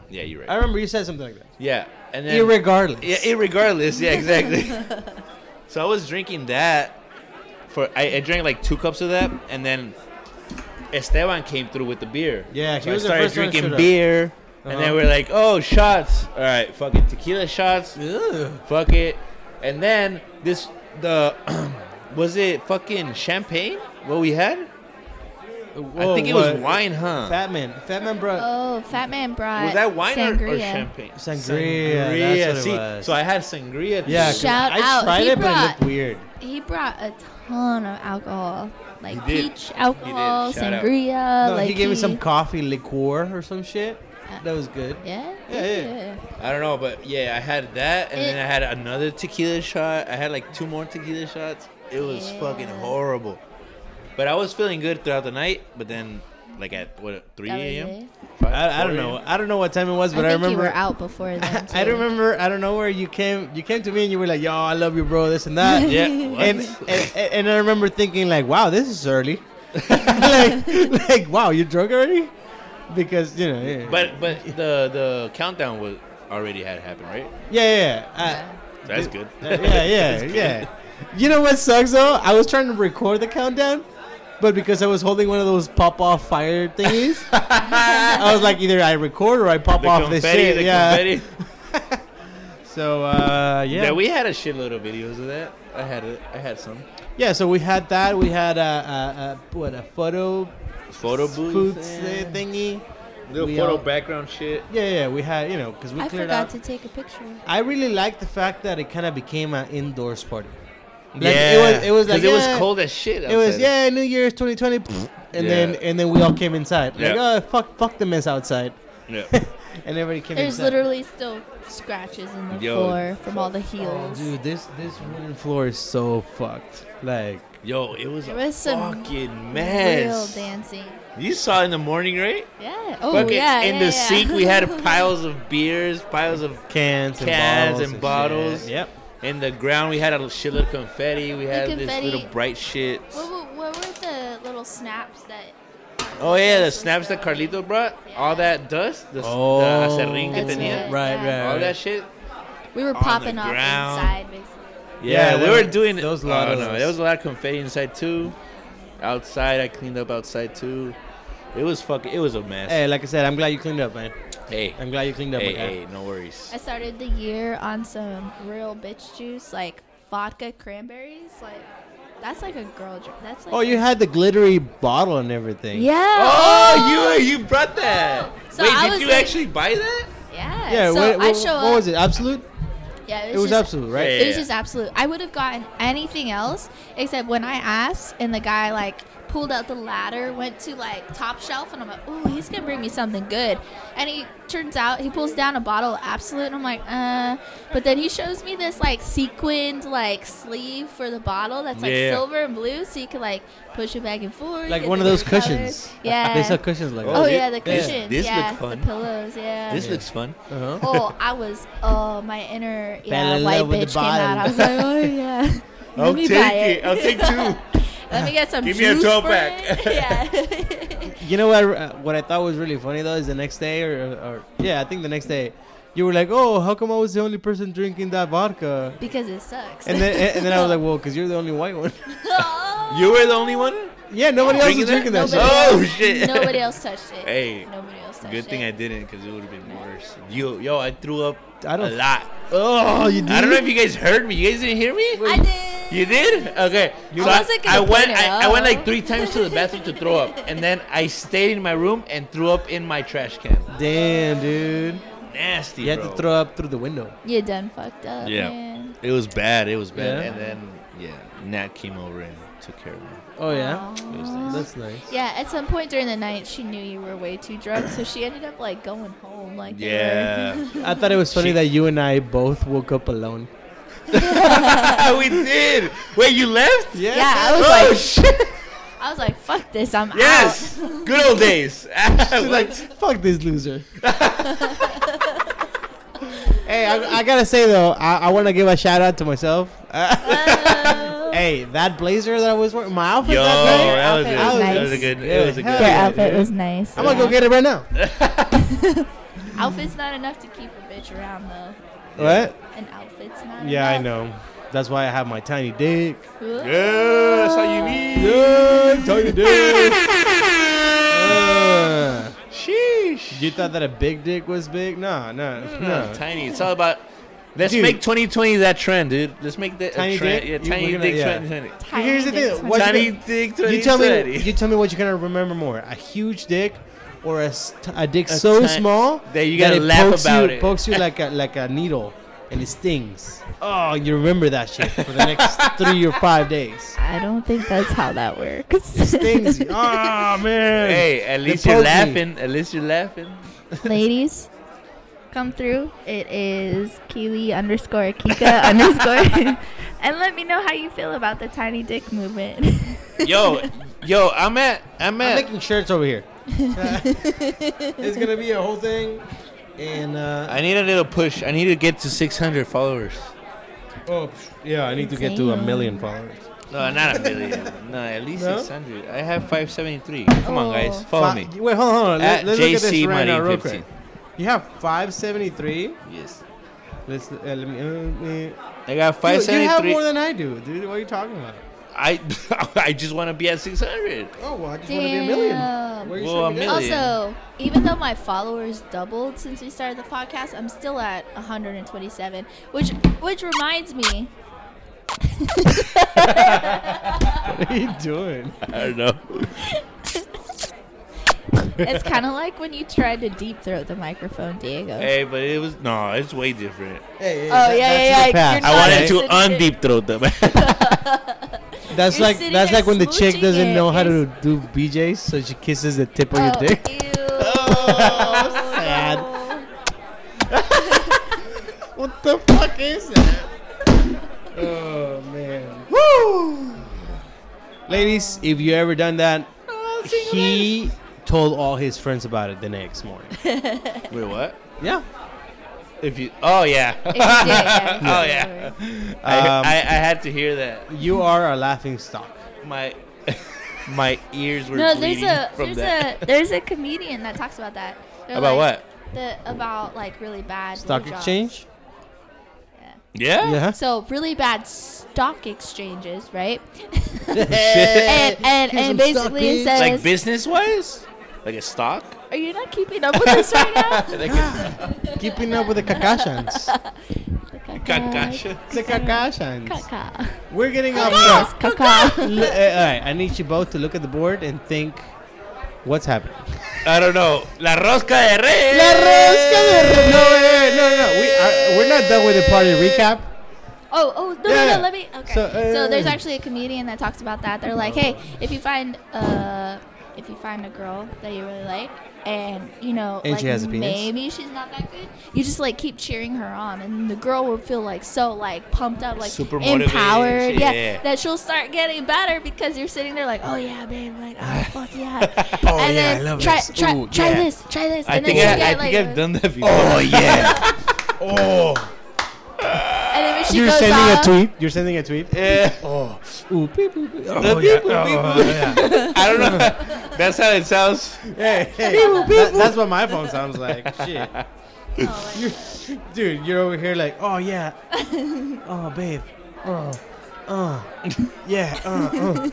S3: Yeah, you're
S2: I
S3: right.
S2: remember you said something like that.
S3: Yeah, and then
S2: Irregardless.
S3: Yeah, irregardless. Yeah, exactly. so I was drinking that for I, I drank like two cups of that, and then Esteban came through with the beer.
S2: Yeah, he
S3: so I
S2: was the
S3: started
S2: first one that showed
S3: drinking
S2: up.
S3: beer, and then
S2: Uh-huh.
S3: we're like, oh, shots. All right, fucking tequila shots.
S2: Ugh.
S3: Fuck it. And then this the was it fucking champagne? What we had? I think it was wine, huh?
S2: Fat man, Fat man, bro.
S1: Oh, Fat Man brought
S3: was that wine or, or
S1: sangria.
S3: champagne?
S2: Sangria, that's what it
S3: See,
S2: was.
S3: so I had sangria. too.
S2: yeah, 'cause
S1: Oh, Shout
S2: I
S1: out.
S2: tried
S1: He
S2: it, but it
S1: brought-
S2: looked weird.
S1: He brought a ton of alcohol, like
S3: He did.
S1: peach
S3: He did.
S1: alcohol,
S3: Shout out.
S1: sangria.
S2: no,
S1: like
S2: he gave me some coffee liqueur or some shit. That was good.
S1: Yeah,
S2: Yeah, yeah.
S3: I don't know, but yeah, I had that, and then
S2: Eh.
S1: It-
S3: I had another tequila shot. I had like two more tequila shots. It was
S1: Yeah.
S3: fucking horrible. But I was feeling good throughout the night. But then, like at what three
S1: That was
S3: a.m.
S1: it.
S3: Five,
S2: I, I
S3: four
S2: don't know.
S3: a.m.?
S2: I don't know what time it was,
S1: I
S2: but
S1: think
S2: I,
S1: you
S2: remember.
S1: were out before then.
S2: I
S1: too.
S2: remember. I don't know where you came. You came to me and you were like, "Yo, I love you, bro. This and that."
S3: Yeah,
S2: and,
S3: what?
S2: and and I remember thinking like, "Wow, this is early." like, like, wow, you're drunk already? Because you know. Yeah,
S3: but but the the countdown was already had happened, right?
S2: yeah, yeah. I-
S3: That's good.
S2: yeah, yeah, yeah. You know what sucks though? I was trying to record the countdown, but because I was holding one of those pop off fire thingies, I was like, either I record or I pop
S3: The
S2: off
S3: confetti,
S2: this shit.
S3: the
S2: yeah.
S3: confetti.
S2: So uh, yeah,
S3: Yeah. we had a shitload of videos of that. I had a, I had some
S2: yeah. So we had that. We had a, a, a what a photo
S3: photo
S2: booth
S3: booths,
S2: uh, thingy.
S3: little
S2: We
S3: photo
S2: all-
S3: background shit.
S2: Yeah, yeah. We had you know because we
S1: I
S2: cleared
S1: forgot
S2: out.
S1: to take a picture.
S2: I really like the fact that it kind of became an indoors party. Like,
S3: yeah,
S2: it was- it was
S3: 'Cause
S2: like,
S3: it was
S2: yeah,
S3: cold as shit.
S2: It was
S3: outside.
S2: yeah, New Year's 2020, pfft, and then
S3: Yeah.
S2: and then we all came inside. Like
S3: Yeah.
S2: oh fuck, fuck the mess outside,
S3: yeah.
S2: and everybody came
S1: There's
S2: inside.
S1: literally still scratches in the
S3: Yo,
S1: floor from all the
S2: Oh,
S1: heels.
S2: dude, this this wooden floor is so fucked. Like
S3: Yo, it was
S1: There
S3: a
S1: was some
S3: fucking
S1: Real
S3: mess.
S1: dancing.
S3: You saw in the morning, right?
S1: Yeah. Oh
S3: Fucking
S1: yeah.
S3: in
S1: yeah,
S3: the
S1: yeah.
S3: sink, we had piles of beers, piles of.
S2: cans, and bottles.
S3: Cans and bottles.
S2: shit. Yep.
S3: In the ground, we had a shitload of confetti. We had
S1: confetti-
S3: this little bright shit.
S1: What, were- what were the little snaps that?
S3: Oh yeah, the snaps that Carlito brought, all that dust, the, s-
S2: Oh,
S3: the acerrín que
S1: That's
S3: tenía,
S1: it.
S2: right, right,
S3: all
S2: right.
S3: that shit.
S1: We were
S3: on the
S1: popping off
S3: ground.
S1: inside, basically.
S2: Yeah,
S3: Yeah, we
S2: there
S3: were
S2: was-
S3: doing.
S2: there was a
S3: oh,
S2: lot of
S3: no,
S2: those.
S3: there was a lot of confetti inside too. Outside, I cleaned up outside too. It was fucking. It was a mess.
S2: Hey, like I said, I'm glad you cleaned up, man.
S3: Hey,
S2: Eh. I'm glad you cleaned up.
S3: hey,
S2: my guy.
S3: hey, no worries.
S1: I started the year on some real bitch juice, like vodka cranberries. Like that's like a girl drink. That's like
S2: Oh,
S1: a-
S2: you had the glittery bottle and everything.
S1: yeah.
S3: Oh, you you brought that.
S1: So
S3: Wait,
S1: I
S3: did
S1: was
S3: you
S1: like-
S3: actually buy that?
S1: yeah.
S2: Yeah.
S1: So
S2: what
S1: I
S2: what-
S1: show
S2: what
S1: up.
S2: was it? Absolute.
S1: Yeah,
S2: It was
S1: just-
S2: absolute, right?
S3: Yeah.
S1: It was just absolute. I would have gotten anything else except when I asked and the guy like pulled out the ladder, went to like top shelf, and I'm like, oh, he's gonna bring me something good. And he turns out he pulls down a bottle of absolute, and I'm like, uh. But then he shows me this like sequined like sleeve for the bottle that's like
S3: Yeah.
S1: silver and blue, so you can like push it back and forth.
S2: Like
S1: get
S2: one
S1: the
S2: of those
S1: different
S2: cushions.
S1: colors. Yeah.
S2: They sell cushions like
S1: Oh,
S3: Oh,
S2: that.
S3: thi-
S1: yeah, the
S3: this-
S1: cushions.
S3: this
S1: yeah,
S3: looked fun.
S1: the pillows. Yeah.
S3: This
S2: Yeah.
S3: looks fun.
S2: Uh-huh.
S1: oh, I was, oh, my inner
S2: Fell
S1: yeah,
S2: in
S1: white
S2: love with the
S1: bitch came out. I
S2: bottle.
S1: was like, oh yeah. Let me buy it.
S3: two.
S1: Let me get some
S3: Give me a
S1: juice
S3: 12
S1: for
S3: pack.
S1: it. yeah.
S2: You know what? uh, What I thought was really funny though is the next day, or, or yeah, I think the next day, you were like, "Oh, how come I was the only person drinking that vodka?"
S1: because it sucks.
S2: And then and, and then I was like, "Well, because you're the only white one."
S1: Oh.
S3: You were the only one.
S2: yeah, nobody else
S3: Drinking
S2: was
S3: that?
S2: drinking that
S1: Nobody
S2: shit.
S3: Oh,
S1: else-
S3: shit.
S1: Nobody else touched it.
S3: Hey,
S1: Nobody else touched
S3: Good thing I
S1: it.
S3: didn't, because it would have been worse. Yo, yo, I threw up
S2: I don't-
S3: a lot.
S2: Oh, you did.
S3: I don't know if you guys heard me. You guys didn't hear me.
S1: I did.
S3: You did? Okay.
S1: I
S3: So
S1: wasn't
S3: I,
S1: gonna
S3: went.
S1: clean it
S3: I, I went
S1: up.
S3: like three times to the bathroom to throw up, and then I stayed in my room and threw up in my trash can.
S2: Damn, dude.
S3: Nasty.
S2: You had
S3: bro.
S2: to throw up through the window.
S1: You done fucked up.
S3: Yeah.
S1: Man.
S3: It was bad. It was bad.
S2: Yeah?
S3: And then yeah, Nat came over and took care of me.
S2: Oh yeah,
S1: Aw.
S2: that's nice.
S1: Yeah, at some point during the night, she knew you were way too drunk, so she ended up like going home. Like they were-
S3: Yeah,
S2: I thought it was funny
S3: She-
S2: that you and I both woke up alone.
S3: we did. Wait, you left?
S1: Yeah, I was
S3: oh
S1: like,
S3: shit!
S1: I was like, fuck this, I'm
S3: Yes,
S1: out.
S3: good old days.
S2: She's like,
S3: What?
S2: fuck this loser. hey, I, I gotta say though, I, I want to give a shout out to myself.
S1: Oh.
S2: hey, that blazer that I was wearing, my outfit
S3: yo,
S2: that day.
S3: that was,
S1: outfit
S3: good.
S1: was
S3: That was a
S1: nice.
S3: good.
S2: Yeah,
S3: It was a
S2: hell
S3: good.
S1: Your
S2: yeah,
S1: outfit
S2: dude.
S1: was nice.
S2: I'm gonna go get it right now.
S1: Outfit's not enough to keep a bitch around though.
S2: What?
S1: An outfit's not.
S2: Yeah, I
S1: enough.
S2: know. That's why I have my tiny dick.
S1: Ooh.
S3: Yeah, that's all you need.
S2: Yeah, tiny dick. Uh,
S3: Sheesh.
S2: you thought that a big dick was big? No, no, no.
S3: Tiny. It's all about. Let's
S2: Dude.
S3: make 2020 that trend, dude. Let's make that
S2: Tiny
S3: a trend.
S2: dick? You-
S3: Yeah, tiny
S2: we're gonna-
S3: dick
S2: yeah.
S3: trend. Tiny,
S1: Tiny
S2: Here's the
S1: dicks
S2: thing,
S1: were
S2: what-
S1: nice.
S3: tiny dick 2020.
S2: You tell me. You tell me what you're gonna remember more: a huge dick or a, st- a dick
S3: A
S2: so
S3: ti-
S2: small
S3: that you gotta
S2: it
S3: laugh
S2: pokes
S3: about
S2: you,
S3: it.
S2: Pokes you like a like a needle, and it stings. Oh, you remember that shit for the next three or five days.
S1: I don't think that's how that works.
S2: Stings. you. Oh man.
S3: hey, at
S2: They
S3: least you're
S2: poked me.
S3: laughing. At least you're laughing.
S1: Ladies, come through. It is Keely underscore Kika underscore, and let me know how you feel about the tiny dick movement.
S3: Yo, yo, I'm at. I'm
S2: I'm
S3: at.
S2: making shirts over here. it's gonna be a whole thing, and uh,
S3: I need a little push. I need to get to 600 followers.
S2: oh yeah, I need to get to a million followers.
S3: No, not a million. no, at least
S2: No?
S3: 600. I have 573. Come on, guys,
S1: Oh.
S3: follow
S2: Fi-
S3: me.
S2: Wait, hold on. Hold on. Let,
S3: At
S2: let's look at this
S3: JC
S2: right now,
S3: Money
S2: real
S3: 15.
S2: quick. You have 573.
S3: Yes,
S2: Let's uh, let me. Uh, uh, Dude,
S3: I got
S2: you have
S3: 573.
S2: more than I do, dude. What are you talking about?
S3: I I just want to be at 600.
S2: Oh, well, I just want to be a million.
S1: Damn.
S2: Where are you
S3: Well,
S2: showing
S3: a
S2: me that?
S3: million.
S1: Also, even though my followers doubled since we started the podcast, I'm still at 127, which which reminds me.
S2: What are you doing?
S3: I don't know.
S1: It's kind of like when you tried to deep throat the microphone, Diego.
S3: Hey, but it was no. It's way different.
S2: Hey, hey,
S1: Oh, yeah, yeah,
S2: that's in the
S1: yeah,
S2: past,
S1: you're
S3: I wanted
S1: Nice.
S3: to undeep throat them.
S2: That's
S1: You're
S2: like
S1: sitting
S2: that's
S1: there
S2: like when the chick
S1: smooching
S2: doesn't
S1: it.
S2: know how
S1: You're
S2: to do BJ's, so she kisses the tip of your dick.
S1: Oh, Ew.
S2: sad. What the fuck is that? oh man. Woo! Ladies, if you ever done that,
S1: Oh,
S2: he told all his friends about it the next morning.
S3: Wait, what?
S2: yeah.
S3: If you? Oh yeah.
S1: If you did, yeah,
S3: oh
S1: yeah.
S3: yeah. I,
S2: Um,
S3: I I had to hear that.
S2: You are a laughing stock.
S3: My my ears were
S1: No, there's
S3: bleeding
S1: a
S3: from
S1: there's
S3: that.
S1: a there's a comedian that talks about that. They're
S3: About
S1: like,
S3: what?
S1: The about like really bad
S2: Stock
S1: blowjobs.
S2: exchange?
S3: Yeah.
S2: Yeah.
S1: So really bad stock exchanges, right?
S3: Shit.
S1: and and, and
S2: Here's some stock,
S1: basically it
S2: bitch.
S1: says
S3: Like business wise, like a stock.
S1: Are you not keeping up with this right now?
S3: Like a
S2: Keeping up with the Kakashans.
S3: concussion.
S2: the Kakashans.
S1: Caca.
S2: We're getting off
S1: Yes,
S2: track.
S1: caca.
S2: L- uh, all right, I need you both to look at the board and think what's happening.
S3: I don't know. La rosca de reyes.
S2: No, wait, wait, no, no, no. We are, we're not done with the party recap.
S1: Oh, oh, no,
S2: Yeah.
S1: no, no, let me. Okay.
S2: So,
S1: So,
S2: uh,
S1: there's actually a comedian that talks about that. They're like, hey, if you find uh, if you find a girl that you really like, and you know,
S2: And
S1: like
S2: she has a penis?
S1: maybe she's not that good, you just like keep cheering her on, and the girl will feel like so like pumped up, like
S3: Super
S1: empowered,
S3: motivated,
S1: yeah,
S3: yeah.
S1: that she'll start getting better because you're sitting there like, oh yeah, babe, like oh fuck yeah,
S2: Oh,
S1: and
S2: yeah,
S1: then
S2: I love
S1: try
S2: this.
S1: try
S2: Ooh,
S1: try
S2: yeah.
S1: this, try this,
S3: I
S1: and then
S3: think
S1: she'll
S3: I, I
S1: get
S3: think
S1: like, a-
S3: I've done that before.
S2: yeah. oh.
S1: and then when she
S2: You're
S1: goes
S2: sending
S1: off,
S2: a tweet. You're sending a tweet.
S3: Yeah.
S2: Oh. Ooh, beep, boop, boop.
S3: The
S2: Oh,
S3: beep,
S2: yeah.
S3: boop,
S2: Oh,
S3: beep,
S2: yeah.
S3: I don't know. That's how it sounds.
S2: Hey, hey. That- that's what my phone sounds like. Shit.
S1: oh, my
S2: You're, dude, you're over here like, oh yeah, oh babe, oh, uh, yeah, uh,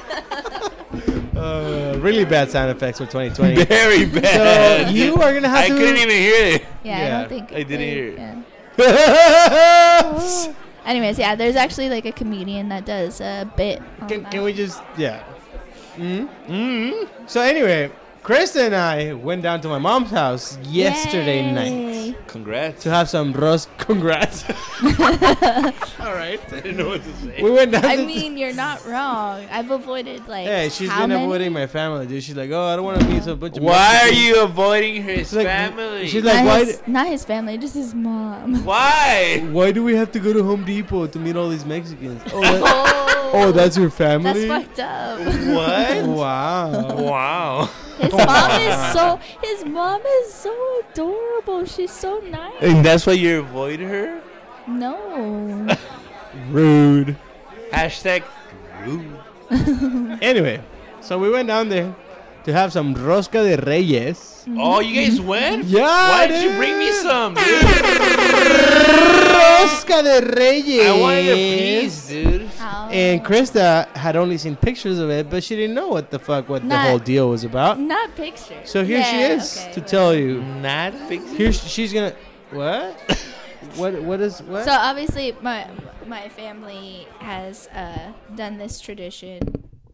S2: uh. uh, really bad sound effects for 2020.
S3: Very
S2: so
S3: bad.
S2: you are gonna have
S3: I
S2: to.
S3: couldn't even hear it.
S1: Yeah, I
S2: Yeah,
S1: don't think
S3: I didn't
S1: they-
S3: hear it.
S1: yeah.
S2: even.
S1: Anyways, yeah, there's actually like a comedian that does a bit. on
S2: can,
S1: that.
S2: can we just yeah? Mm? Mm? So anyway, Krista and I went down to my mom's house yesterday
S1: Yay.
S2: night
S3: Congrats.
S2: to have some roast. Congrats.
S3: All right. I didn't know what to say.
S2: we went down.
S1: I
S2: to
S1: mean, you're not wrong. I've avoided like.
S2: Hey, she's
S1: how
S2: been
S1: many?
S2: avoiding my family, dude. She's like, oh, I don't want to meet a bunch of.
S3: Why are
S2: Mexicans."
S3: you avoiding his
S2: She's like-
S3: family?
S2: she's like-
S1: Not,
S2: why
S1: his, not his family, just his mom.
S3: why?
S2: Why do we have to go to Home Depot to meet all these Mexicans? Oh, that-
S1: oh,
S2: oh, that's Oh, your
S1: that's
S2: family.
S1: fucked up.
S3: What?
S2: Wow.
S3: wow.
S1: His mom is so. His mom is so adorable. She's so nice.
S3: And that's why you avoid her?
S1: No.
S2: Rude.
S3: Hashtag rude.
S2: Anyway, so we went down there to have some rosca de reyes.
S3: Oh, you guys went?
S2: Yeah,
S3: Why did you bring me
S2: Ah, dude.
S3: some? dude?
S2: Rosca de reyes.
S3: I wanted a piece, dude.
S1: How-
S2: And Krista had only seen pictures of it, but she didn't know what the fuck what the
S1: Not-
S2: whole deal was about.
S1: not picture.
S2: So here she
S1: Yeah,
S2: is
S1: okay,
S2: to
S1: whatever.
S2: tell you.
S3: Not pictures.
S2: Here sh- she's gonna. What? what? What is what?
S1: So uh, obviously, my my family has uh, done this tradition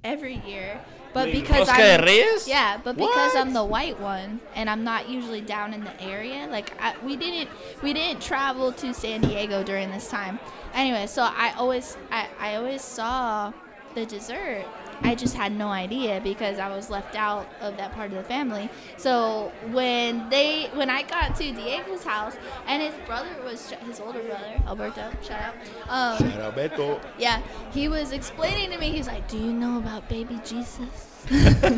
S1: every year, but because
S3: Oscar de
S1: I'm
S3: Reyes?
S1: yeah, but because
S3: What?
S1: I'm the white one and I'm not usually down in the area, like I, we didn't we didn't travel to San Diego during this time. Anyway, so I always I, I always saw the dessert. I just had no idea because I was left out of that part of the family. So when they when I got to Diego's house and his brother was his older brother Alberto, shout out. Um, yeah, he was explaining to me. He's like, "Do you know about baby Jesus?"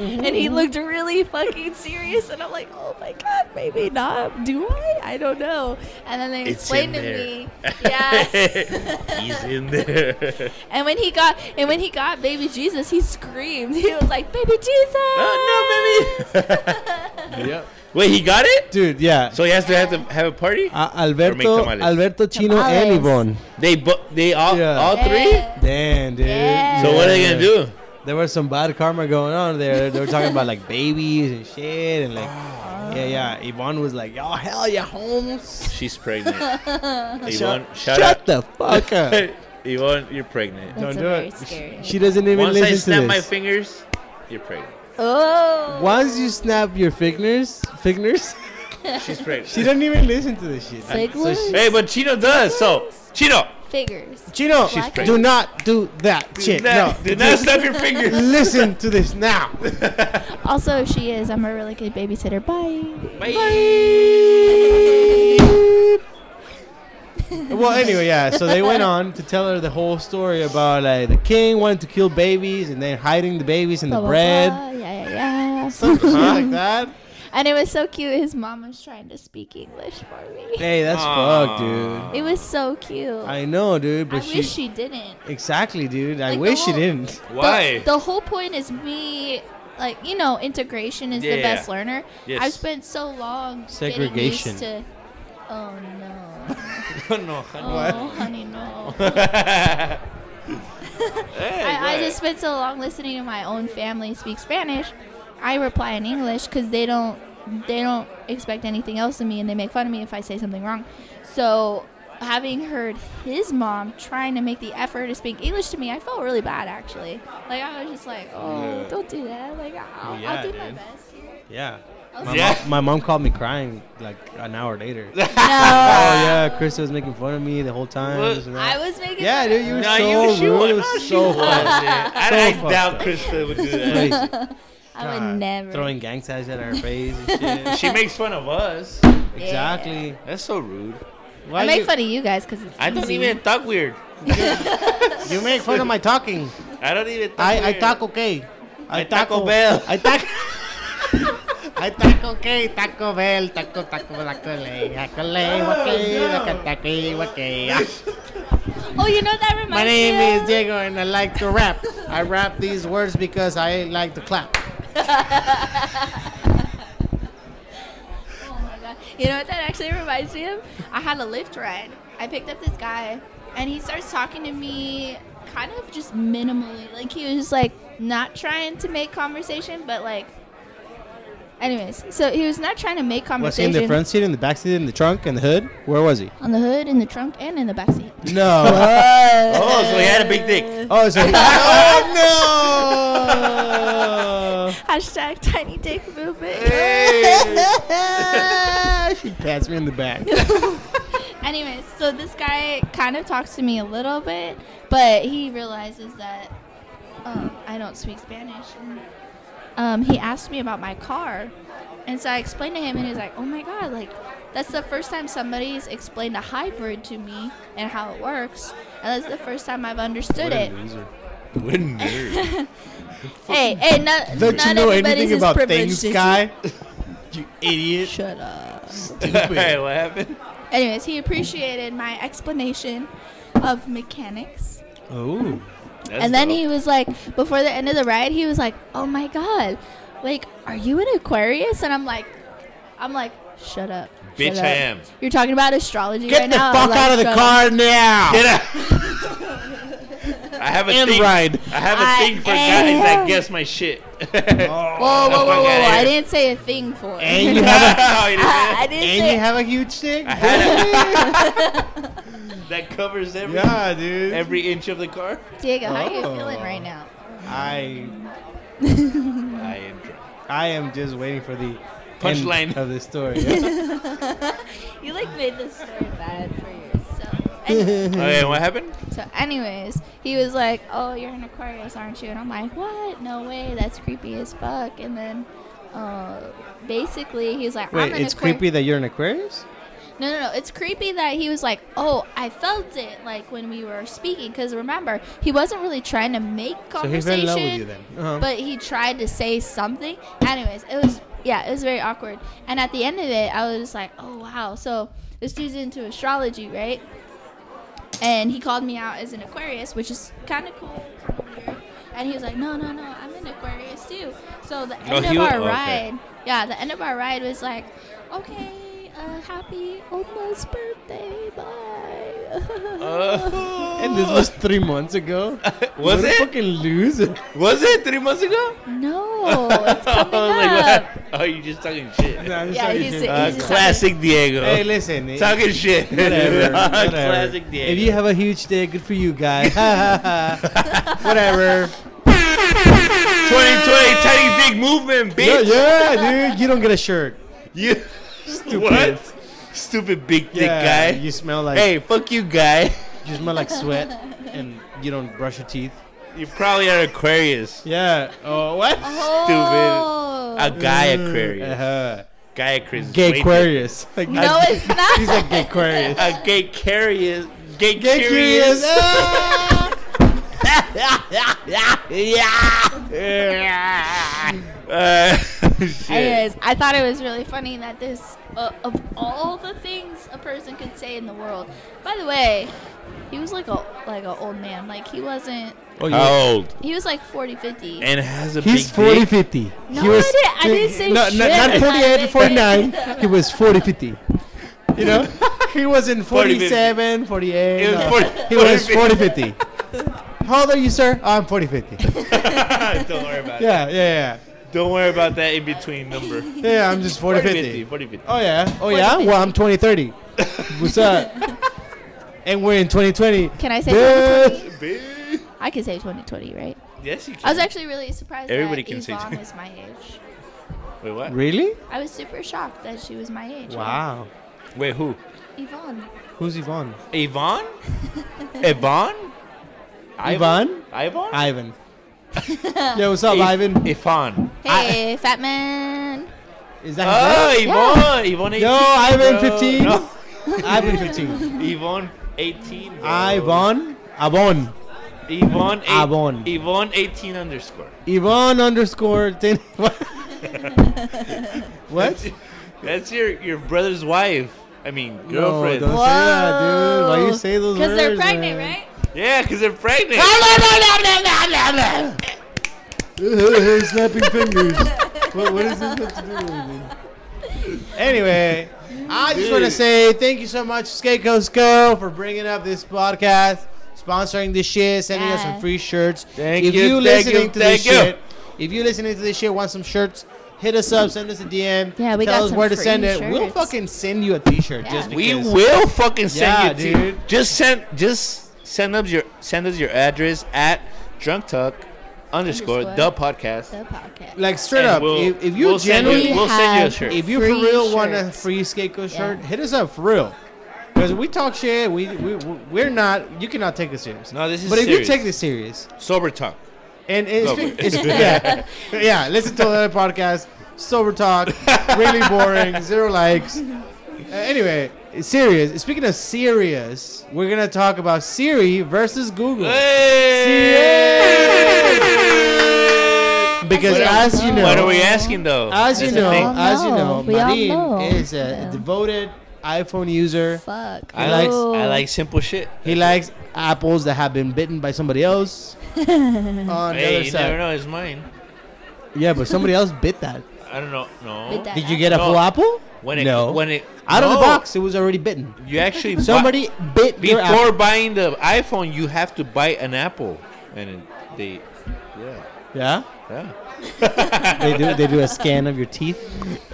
S1: and he looked really fucking serious, and I'm like, "Oh my god, maybe not. Do I? I don't know." And then they explained to me, yeah.
S3: He's in there.
S1: and when he got and when he got baby Jesus, he screamed. He was like, "Baby Jesus!"
S3: oh, no, baby. yep. Wait, he got it?
S2: Dude, yeah.
S3: So he has to have to have a party?
S2: A- Alberto,
S3: tamales.
S2: Alberto, Chino, and
S1: Tamales.
S2: Yvonne.
S3: They bo- they all
S2: Yeah.
S3: all three?
S1: Yeah.
S2: Damn, dude.
S1: Yeah.
S3: So what are they gonna do?
S2: There was some bad karma going on there. They were talking about like babies and shit, and like, yeah, yeah. Yvonne was like, "Oh hell yeah, Holmes,
S3: She's pregnant. Yvonne,
S2: shut,
S3: shout
S2: shut
S3: out.
S2: the fuck up."
S3: Yvonne, you're pregnant.
S1: That's
S2: Don't
S1: a
S2: do
S1: very
S2: it.
S1: scary.
S2: She doesn't even
S3: Once I
S2: listen
S3: snap
S2: to
S3: my
S2: this.
S3: fingers, you're pregnant.
S1: oh.
S2: Once you snap your fingers, fingers,
S3: She's pregnant.
S2: she doesn't even listen to this shit.
S1: Figures?
S2: she-
S3: hey, but Chino does. So Chino,
S1: Figures.
S2: Chino,
S1: She's pregnant.
S2: do not do that
S3: do
S2: shit.
S3: not,
S2: no,
S3: do not snap your fingers.
S2: listen to this now.
S1: Also, if she is, I'm a really good babysitter. Bye.
S3: Bye.
S2: well, anyway, yeah. So they went on to tell her the whole story about like the king wanted to kill babies and then hiding the babies in the
S1: blah, blah,
S2: bread,
S1: blah. Yeah, yeah, yeah.
S2: something like that.
S1: And it was so cute. His mom was trying to speak English for me.
S2: Hey, that's fucked,
S3: Aw.
S2: dude.
S1: It was so cute. I,
S2: I know, dude, but she,
S1: wish she didn't.
S2: exactly, dude. I
S1: Like, the
S2: wish she
S1: whole-
S2: didn't.
S3: Why?
S1: The, the whole point is me, like you know, integration is the
S3: Yeah.
S1: best learner.
S3: Yes.
S1: I've spent so long
S2: Segregation.
S1: Getting used to, oh no.
S3: no, no.
S1: Oh, honey, no.
S3: Hey,
S1: I, I
S3: right.
S1: just spent so long listening to my own family speak Spanish. I reply in English because they don't they don't expect anything else of me, and they make fun of me if I say something wrong. So, having heard his mom trying to make the effort to speak English to me, I felt really bad actually. Like I was just like, oh,
S2: Yeah.
S1: don't do that. Like I'll,
S2: Yeah,
S1: I'll do my
S2: dude.
S1: best. here.
S2: Yeah.
S1: I'll
S2: My,
S1: see-
S3: Yeah.
S2: Mom, my mom called me crying like an hour later. oh
S1: No.
S2: yeah, Krista was making fun of me the whole time.
S3: What?
S2: this and
S1: I
S2: that.
S1: was making.
S2: yeah,
S1: fun
S2: dude,
S1: of
S2: you
S1: her.
S2: were
S3: No,
S2: so
S3: you, she
S2: rude.
S3: would.
S2: It
S3: No,
S2: was
S3: she
S2: so
S3: would.
S2: fun.
S3: I,
S2: So
S3: I doubt Krista would do that.
S2: Crazy.
S1: I would
S2: God.
S1: never.
S2: Throwing gang signs at our face and shit.
S3: she makes fun of us.
S2: exactly.
S3: That's so rude.
S2: Why
S1: I make
S2: you,
S1: fun of you guys because it's.
S3: I don't
S1: easy.
S3: even talk weird.
S2: you make fun of my talking.
S3: I don't even. Talk
S2: I, I
S3: weird.
S2: talk okay. I,
S3: I Taco Bell.
S2: I taco. I taco okay. Taco Bell. Taco taco taco lay. Taco lay. Okay. Taco taco okay.
S1: Oh, you know that reminds
S2: My name
S1: me.
S2: is
S1: of-
S2: Diego and I like to rap. I rap these words because I like to clap.
S1: Oh my god. You know what that actually reminds me of? I had a lift ride. I picked up this guy and he starts talking to me kind of just minimally. Like he was just like not trying to make conversation, but like anyways, so he was not trying to make
S2: Was he in
S1: conversation
S2: the front seat, in the back seat, in the trunk, in the hood? Where was he?
S1: on the hood, in the trunk, and in the back seat.
S2: No.
S3: Oh, so he had a big dick.
S2: oh, so oh
S1: Hashtag tiny dick movement.
S2: no! she pats me in the back.
S1: Anyways, so this guy kind of talks to me a little bit, but he realizes that um, I don't speak Spanish. And, um, he asked me about my car, and so I explained to him, and he's like, "Oh my god, like that's the first time somebody's explained a hybrid to me and how it works, and that's the first time I've understood it."
S3: What a nerd.
S1: Hey, hey, not,
S2: Don't
S1: not
S2: you know
S1: everybody's
S2: anything
S1: as
S2: about
S1: privileged
S2: things,
S1: as
S2: guy? you idiot.
S1: Shut up.
S3: hey, what happened?
S1: Anyways, he appreciated my explanation of mechanics.
S2: Oh.
S3: That's
S1: and then
S3: dope.
S1: he was like, before the end of the ride, he was like, "Oh my god, like, are you an Aquarius?" And I'm like, I'm like, "Shut up,
S3: Bitch,
S1: shut
S3: I
S1: up.
S3: am.
S1: You're talking about astrology
S2: Get
S1: right
S2: the
S1: now. I'm
S2: fuck
S1: like, uh,
S2: out of the
S1: "Shut
S2: car now!
S3: Get out. I have a
S2: And
S3: thing.
S2: ride.
S3: I have a
S1: I
S3: thing for guys that
S1: am.
S3: guess my shit.
S1: Up. Whoa, whoa,
S3: The fuck
S1: whoa, whoa! whoa.
S3: outta here.
S1: I didn't say a thing for it.
S2: And you have
S3: Wow, you
S1: I, I
S3: did
S2: a
S1: didn't
S2: and
S1: say.
S2: you have a huge dick.
S3: I had it. that covers every
S2: yeah, dude.
S3: every inch of the car.
S1: Diego, how are you
S2: Oh.
S1: feeling right now?
S2: I
S3: I am drunk.
S2: I am just waiting for the
S3: Punchline.
S2: end of the story.
S1: You like made this story bad for yourself. Anyway.
S3: Okay, what happened?
S1: So, anyways, he was like, "Oh, you're an Aquarius, aren't you?" And I'm like, "What? No way! That's creepy as fuck." And then, uh, basically, he was like,
S2: Wait,
S1: "I'm an
S2: it's
S1: Aquari-
S2: creepy that you're an Aquarius?
S1: No, no, no. It's creepy that he was like, "Oh, I felt it like when we were speaking." Because remember, he wasn't really trying to make
S2: So he
S1: conversation.
S2: fell in love with you then. Uh-huh.
S3: Um,
S1: But he tried to say something. Anyways, it was yeah, it was very awkward. And at the end of it, I was just like, oh wow. So this dude's into astrology, right? And he called me out as an Aquarius, which is kind of cool. kinda weird. And he was like, no, no, no, I'm an Aquarius too. So the
S3: Oh,
S1: end
S3: he
S1: of
S3: wa-
S1: our
S3: oh, okay.
S1: ride, yeah, the end of our ride was like, okay, uh, happy almost birthday, bye.
S3: Uh,
S2: and this was three months ago.
S3: Was
S2: What a
S3: it?
S2: fucking loser.
S3: was it three months ago?
S1: no, it's
S3: I
S1: coming
S3: was like,
S1: up.
S3: what? Oh, you're just talking shit.
S2: Nah, I'm
S1: Yeah,
S2: sorry,
S1: he's
S2: Jim.
S1: a-
S3: Uh,
S1: he's just
S3: classic Diego.
S2: Hey, listen. it-
S3: talking shit.
S2: Whatever. whatever.
S3: eh? classic Diego.
S2: If you have a huge day, good for you, guy. whatever.
S3: 2020 tiny dick movement,
S2: Yeah,
S3: bitch.
S2: yeah, dude. You don't get a shirt.
S3: You
S2: Stupid.
S3: what? Stupid big dick
S2: Yeah,
S3: guy.
S2: You smell like
S3: hey, fuck you, guy.
S2: you smell like sweat, and you don't brush your teeth.
S3: You probably are Aquarius.
S2: Yeah. Oh, what?
S1: Oh.
S3: A guy Aquarius.
S2: Uh-huh.
S3: Guy Aquarius. is way
S2: Mm. Gay
S3: diff-
S2: Aquarius. Like,
S1: No,
S2: I-
S1: it's not.
S2: He's a gay Aquarius.
S3: A gay curious. Gay,
S2: Gay
S3: curious.
S2: Aquarius. Ah!
S3: Uh, shit.
S1: Anyways, I thought it was really funny that this, uh, of all the things a person could say in the world. By the way, he was like a like an old man. Like he wasn't.
S2: oh, you-
S3: How old?
S1: He was like 40, 50.
S3: And has a
S2: He's
S3: big
S2: 40
S3: dick?
S2: 50.
S1: No, I didn't- I didn't say
S2: no, no,
S1: shit.
S2: Not 48 49.
S1: I didn't-
S2: he was 40 50. You know? he was in 47, 48.
S3: It was
S2: no.
S3: 40
S2: he was 40
S3: 40.
S2: 50. How old are you, sir? I'm 40, 50.
S3: Don't worry about it.
S2: yeah, yeah, yeah.
S3: Don't worry about that in between number.
S2: Yeah, I'm just 40, 50.
S3: 40, 50.
S2: Oh, yeah. Oh, yeah? Well, I'm 20, 30. What's up? and we're in 2020.
S1: Can I say
S2: Bitch.
S1: 2020?
S3: Bitch.
S1: I could say 2020, right?
S3: Yes, you can.
S1: I was actually really surprised
S3: Everybody
S1: that
S3: can say
S1: Yvonne
S3: 20.
S1: was my age.
S3: Wait, what?
S2: Really?
S1: I was super shocked that she was my age.
S2: Wow.
S3: Wait, who?
S1: Yvonne.
S2: Who's Yvonne?
S3: Yvonne? Yvonne?
S2: Yvonne?
S3: Ivan?
S2: Ivan. Yo, what's up, Ivan?
S3: Yvonne.
S1: Hey, fat man.
S2: Is that
S3: Oh,
S2: his
S3: Yvonne. Yvonne 18.
S2: Yo, Ivan
S3: bro.
S2: 15.
S3: No.
S2: name? Ivan 15.
S3: Yvonne 18. bro.
S2: Ivan. Avon.
S3: Yvonne. Eight,
S2: Avon.
S3: Yvonne 18 underscore.
S2: Yvonne underscore. Ten- what?
S3: That's,
S2: what?
S3: that's your, your brother's wife. I mean,
S2: No,
S3: girlfriend.
S2: don't- Whoa. say that, dude. Why you say those
S1: Because they're
S2: words,
S1: pregnant,
S2: man?
S1: right?
S3: yeah, because they're pregnant.
S2: snapping fingers. what, what is this got to do with anything? Anyway, I just want to
S3: Dude.
S2: say thank you so much, Skate Coast Co, for bringing up this podcast, sponsoring this shit, sending us
S1: Yeah.
S2: some free shirts.
S3: Thank
S2: if
S3: you,
S2: you
S3: thank
S2: listening
S3: you,
S2: to this
S3: thank you.
S2: shit, if you listening to this shit, want some shirts, hit us up, send us a DM.
S1: Yeah, we
S2: tell
S1: got
S2: us
S1: some
S2: where to
S1: free
S2: send it. We'll
S1: shirts.
S2: fucking send you a T-shirt
S1: Yeah.
S2: just
S3: We
S2: because.
S3: will fucking send
S2: Yeah,
S3: you, dude.
S2: dude.
S3: Just send, just send us your, send us your address at drunk tuck underscore
S1: Underscore.
S3: the podcast.
S1: The pocket.
S2: Like straight
S3: And
S2: up,
S3: we'll-
S2: if, if you
S3: we'll send you-
S2: genuinely
S3: we'll send you a shirt.
S2: If you for
S1: free
S2: real want a
S1: shirts.
S2: free Skateco
S1: Yeah.
S2: shirt, hit us up for real. Because we talk shit, we we we're not. You cannot take this serious.
S3: No, this is
S2: But if
S3: serious.
S2: you take this serious,
S3: sober talk.
S2: and it's,
S3: No, but-
S2: it's yeah, yeah, listen to another podcast, sober talk, really boring, zero likes. Uh, anyway, serious. Speaking of serious, we're gonna talk about Siri versus Google.
S3: Hey!
S2: Because
S1: What
S2: as you know,
S3: What are we asking though?
S2: As you
S3: That's the
S2: know,
S3: thing.
S1: all
S2: as you know,
S1: know. We all
S2: Marin
S1: know.
S2: is a
S1: Yeah.
S2: devoted iPhone user.
S1: Fuck.
S3: I like
S2: likes-
S1: no.
S3: I like simple shit.
S2: Oh. He likes apples that have been bitten by somebody else. on the
S3: Hey,
S2: other
S3: you
S2: side.
S3: never know. It's mine.
S2: Yeah, but somebody else bit that.
S3: I don't know. No.
S1: Bit that.
S2: Did you get a
S3: No.
S2: full apple?
S3: When it
S2: no.
S3: when it
S2: Out of the
S3: no.
S2: box, it was already bitten.
S3: you actually bu-
S2: Somebody bit your apple.
S3: before buying the iPhone, you have to buy an apple, and it, they,
S2: Yeah,
S3: yeah, yeah.
S2: they do. They do a scan of your teeth.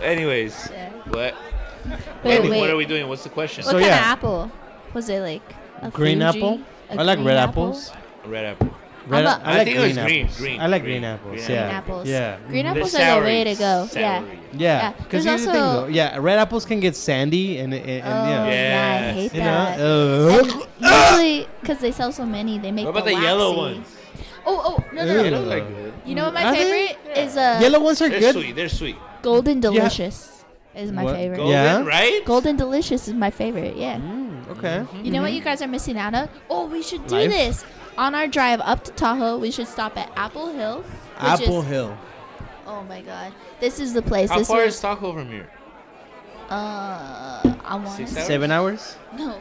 S3: Anyways,
S1: Yeah. But
S3: what? what
S1: wait,
S3: are we doing? What's the question?
S1: what
S2: So,
S1: kind
S2: yeah.
S1: of apple was it like? A
S2: Green
S1: Fuji?
S2: apple.
S1: A
S2: I like
S1: green
S2: red
S1: apple?
S2: apples.
S3: Red apple.
S2: Red,
S1: I'm a-
S2: I
S3: I
S2: like
S3: think it was
S2: green
S3: green,
S2: apples.
S3: green,
S2: I like green,
S3: green.
S2: apples.
S3: Green
S2: yeah.
S1: Green apples.
S2: Yeah.
S1: Green
S3: They're
S1: apples are the way to
S3: souries.
S1: go.
S3: Souries.
S1: Yeah.
S2: Yeah,
S1: Yeah,
S2: because
S1: there's
S2: here's the thing
S1: also-
S2: though. Yeah, red apples can get sandy and, and, and
S1: Oh,
S2: yeah,
S1: yeah. I
S3: Yes.
S1: hate
S2: you
S1: that.
S2: know. Uh,
S1: Usually, because they sell so many, they make.
S3: What about the
S1: the
S3: yellow
S1: waxy.
S3: ones?
S1: Oh, oh, no, no,
S2: Ew.
S1: no.
S3: They look like good.
S1: You know what my
S2: Are they?
S1: favorite is? Uh,
S2: yellow ones are
S3: They're
S2: good.
S3: sweet. They're sweet.
S1: Golden Delicious is my
S2: What?
S1: favorite.
S3: Golden,
S2: Yeah.
S3: right?
S1: Golden Delicious is my favorite. Yeah.
S2: Mm, okay.
S1: You know what you guys are missing out on? Oh, we should do
S2: Life?
S1: this on our drive up to Tahoe. We should stop at Apple Hill. Which
S2: Apple
S1: is,
S2: Hill.
S1: Oh my God, this is the place.
S3: How
S1: this
S3: far is
S1: was,
S3: Stockholm from here?
S1: uh, I want
S3: Six
S1: to
S3: hours?
S2: Seven hours?
S1: no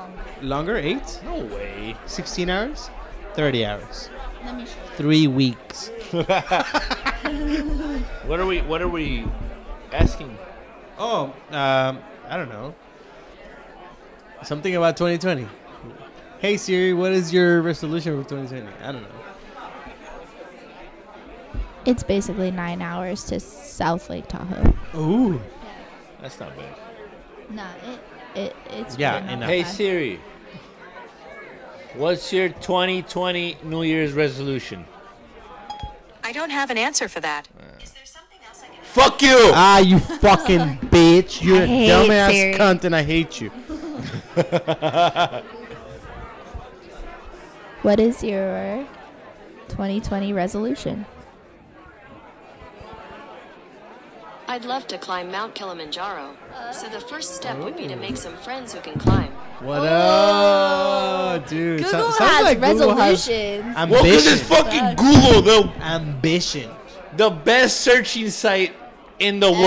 S1: longer.
S2: Longer? Eight?
S3: No way.
S2: 16 hours? 30 hours.
S1: Let me show you.
S2: Three weeks.
S3: What are we? What are we asking?
S2: Oh, um, I don't know. Something about 2020. Hey Siri, what is your resolution for 2020? I don't know.
S1: It's basically nine hours to South Lake Tahoe.
S2: Ooh.
S3: That's not bad.
S1: Nah, it, it it's
S2: Yeah,
S1: really not
S2: enough.
S3: Hey
S1: bad.
S3: Siri, what's your 2020 New Year's resolution?
S4: I don't have an answer for that.
S3: Fuck you!
S2: Ah, you fucking bitch. You're a
S1: hate
S2: dumbass
S1: Siri.
S2: cunt and I hate you.
S1: What is your 2020 resolution?
S4: I'd love to climb Mount Kilimanjaro. So the first step would be to make some friends who can climb.
S2: What up, dude? So-
S1: Oh. Google
S2: sounds
S1: has
S2: like Google has
S1: resolutions.
S3: Welcome to
S2: ambition.
S3: fucking Google, the
S2: ambition.
S3: the best searching site in the world,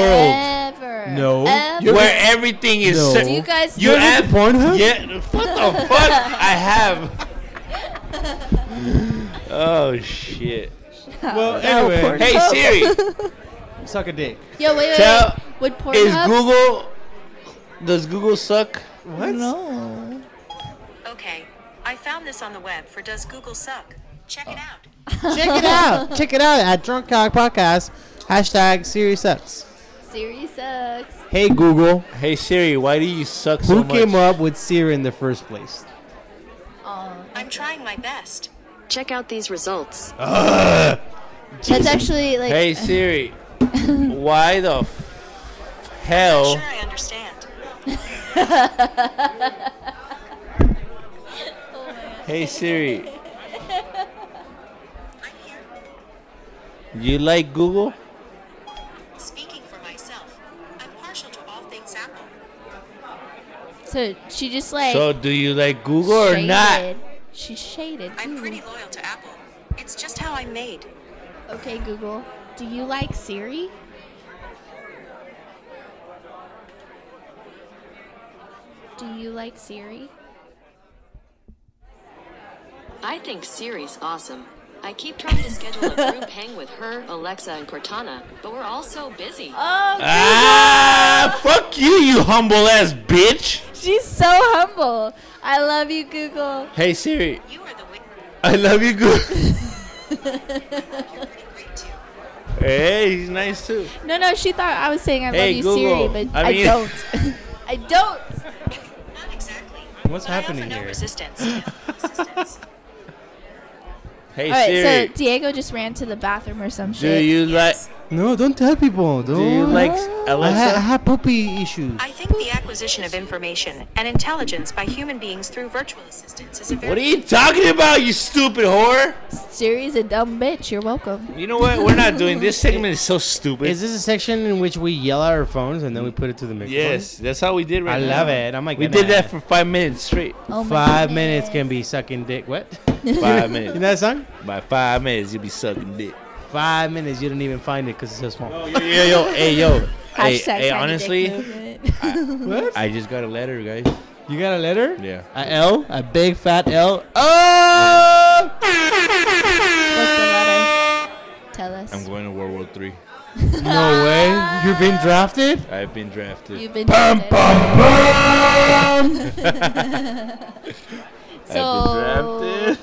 S1: Ever.
S2: No.
S1: Ever.
S2: Uh, You're-
S3: where everything is.
S2: No.
S3: ser-
S1: Do you guys
S3: You
S2: You're
S3: have
S2: Pornhub?
S3: Yeah. What the fuck? I have. oh shit.
S2: Well, anyway.
S3: Hey Siri,
S2: Suck a dick.
S1: Yo, wait, wait,
S3: Tell-
S1: wait. Would Pornhub?
S3: is Google? Does Google suck?
S2: What?
S1: No.
S4: Okay, I I found this on the web for Does Google Suck? Check it out.
S2: Check it out. Check it out at Drunk Cock Podcast. Hashtag Sirius sucks.
S1: Siri sucks.
S2: Hey Google,
S3: Hey Siri, why do you suck so
S2: who
S3: much?
S2: came up with Siri in the first place?
S1: Oh,
S4: I'm trying my best. Check out these results.
S1: that's actually like
S3: Hey Siri, why the f- hell?
S2: Oh.
S4: Sure, I understand.
S3: Hey Siri,
S4: I'm here.
S3: you like Google?
S4: Speaking for myself, I'm partial to all things Apple.
S1: so. She just like
S3: so do you like Google or not?
S1: shaded. She shaded. Hmm.
S4: I'm
S1: Ooh.
S4: pretty loyal to Apple. It's just how I'm made.
S1: Okay, Google. Do you like Siri? Do you like Siri?
S4: I think Siri's awesome. I keep trying to schedule a group hang with her, Alexa, and Cortana, but we're all so
S1: Oh,
S4: busy.
S3: Ah, fuck you, you humble ass bitch.
S1: She's so humble. I love you, Google.
S3: Hey Siri,
S4: You are the way
S3: I love you, Google.
S4: you're pretty great too.
S3: hey, he's nice too.
S1: No, no, she thought I was saying I
S3: Hey,
S1: love you,
S3: Google.
S1: Siri, but I,
S3: I mean-
S1: don't. I don't.
S4: Not exactly.
S2: What's
S4: but I offer
S2: happening
S4: no
S2: here?
S4: resistance. resistance.
S3: Hey
S1: All right,
S3: Siri,
S1: so Diego just ran to the bathroom or some
S3: do
S1: shit.
S3: you like
S2: No, don't tell people. Don't.
S3: do you like
S2: I, ha- I
S3: Alexa?
S2: have puppy issues.
S4: I think the acquisition of information and intelligence by human beings through virtual assistants is a very
S3: What are you talking about, you stupid whore?
S1: Siri's a dumb bitch. You're welcome.
S3: You know what? We're not doing this segment. Is so stupid.
S2: Is this a section in which we yell at our phones and then we put it to the microphone?
S3: Yes, that's how we did right
S2: I
S3: now.
S2: love it. I'm like,
S3: We
S2: nah.
S3: did that for five minutes straight.
S1: Oh my
S2: Five
S1: goodness.
S2: minutes can be sucking dick. What?
S3: Five
S2: You know
S3: minutes.
S2: that song?
S3: By five minutes, you'll be sucking dick.
S2: Five minutes. You don't even find it because it's so small.
S3: Yo, yo, yo, hey, yo. hey,
S1: Hashtag
S3: hey,
S1: tiny dick
S3: honestly,
S1: movement.
S2: What?
S3: I just got a letter, guys.
S2: You got a letter?
S3: Yeah.
S2: A L? A big fat L? Oh!
S1: What's the letter? Tell us.
S3: I'm going to World War Three.
S2: No way.
S1: Ah.
S2: You've been drafted?
S3: I've been drafted.
S1: You've been
S2: Bum,
S1: drafted.
S2: bum, bum!
S1: so
S3: I've been drafted.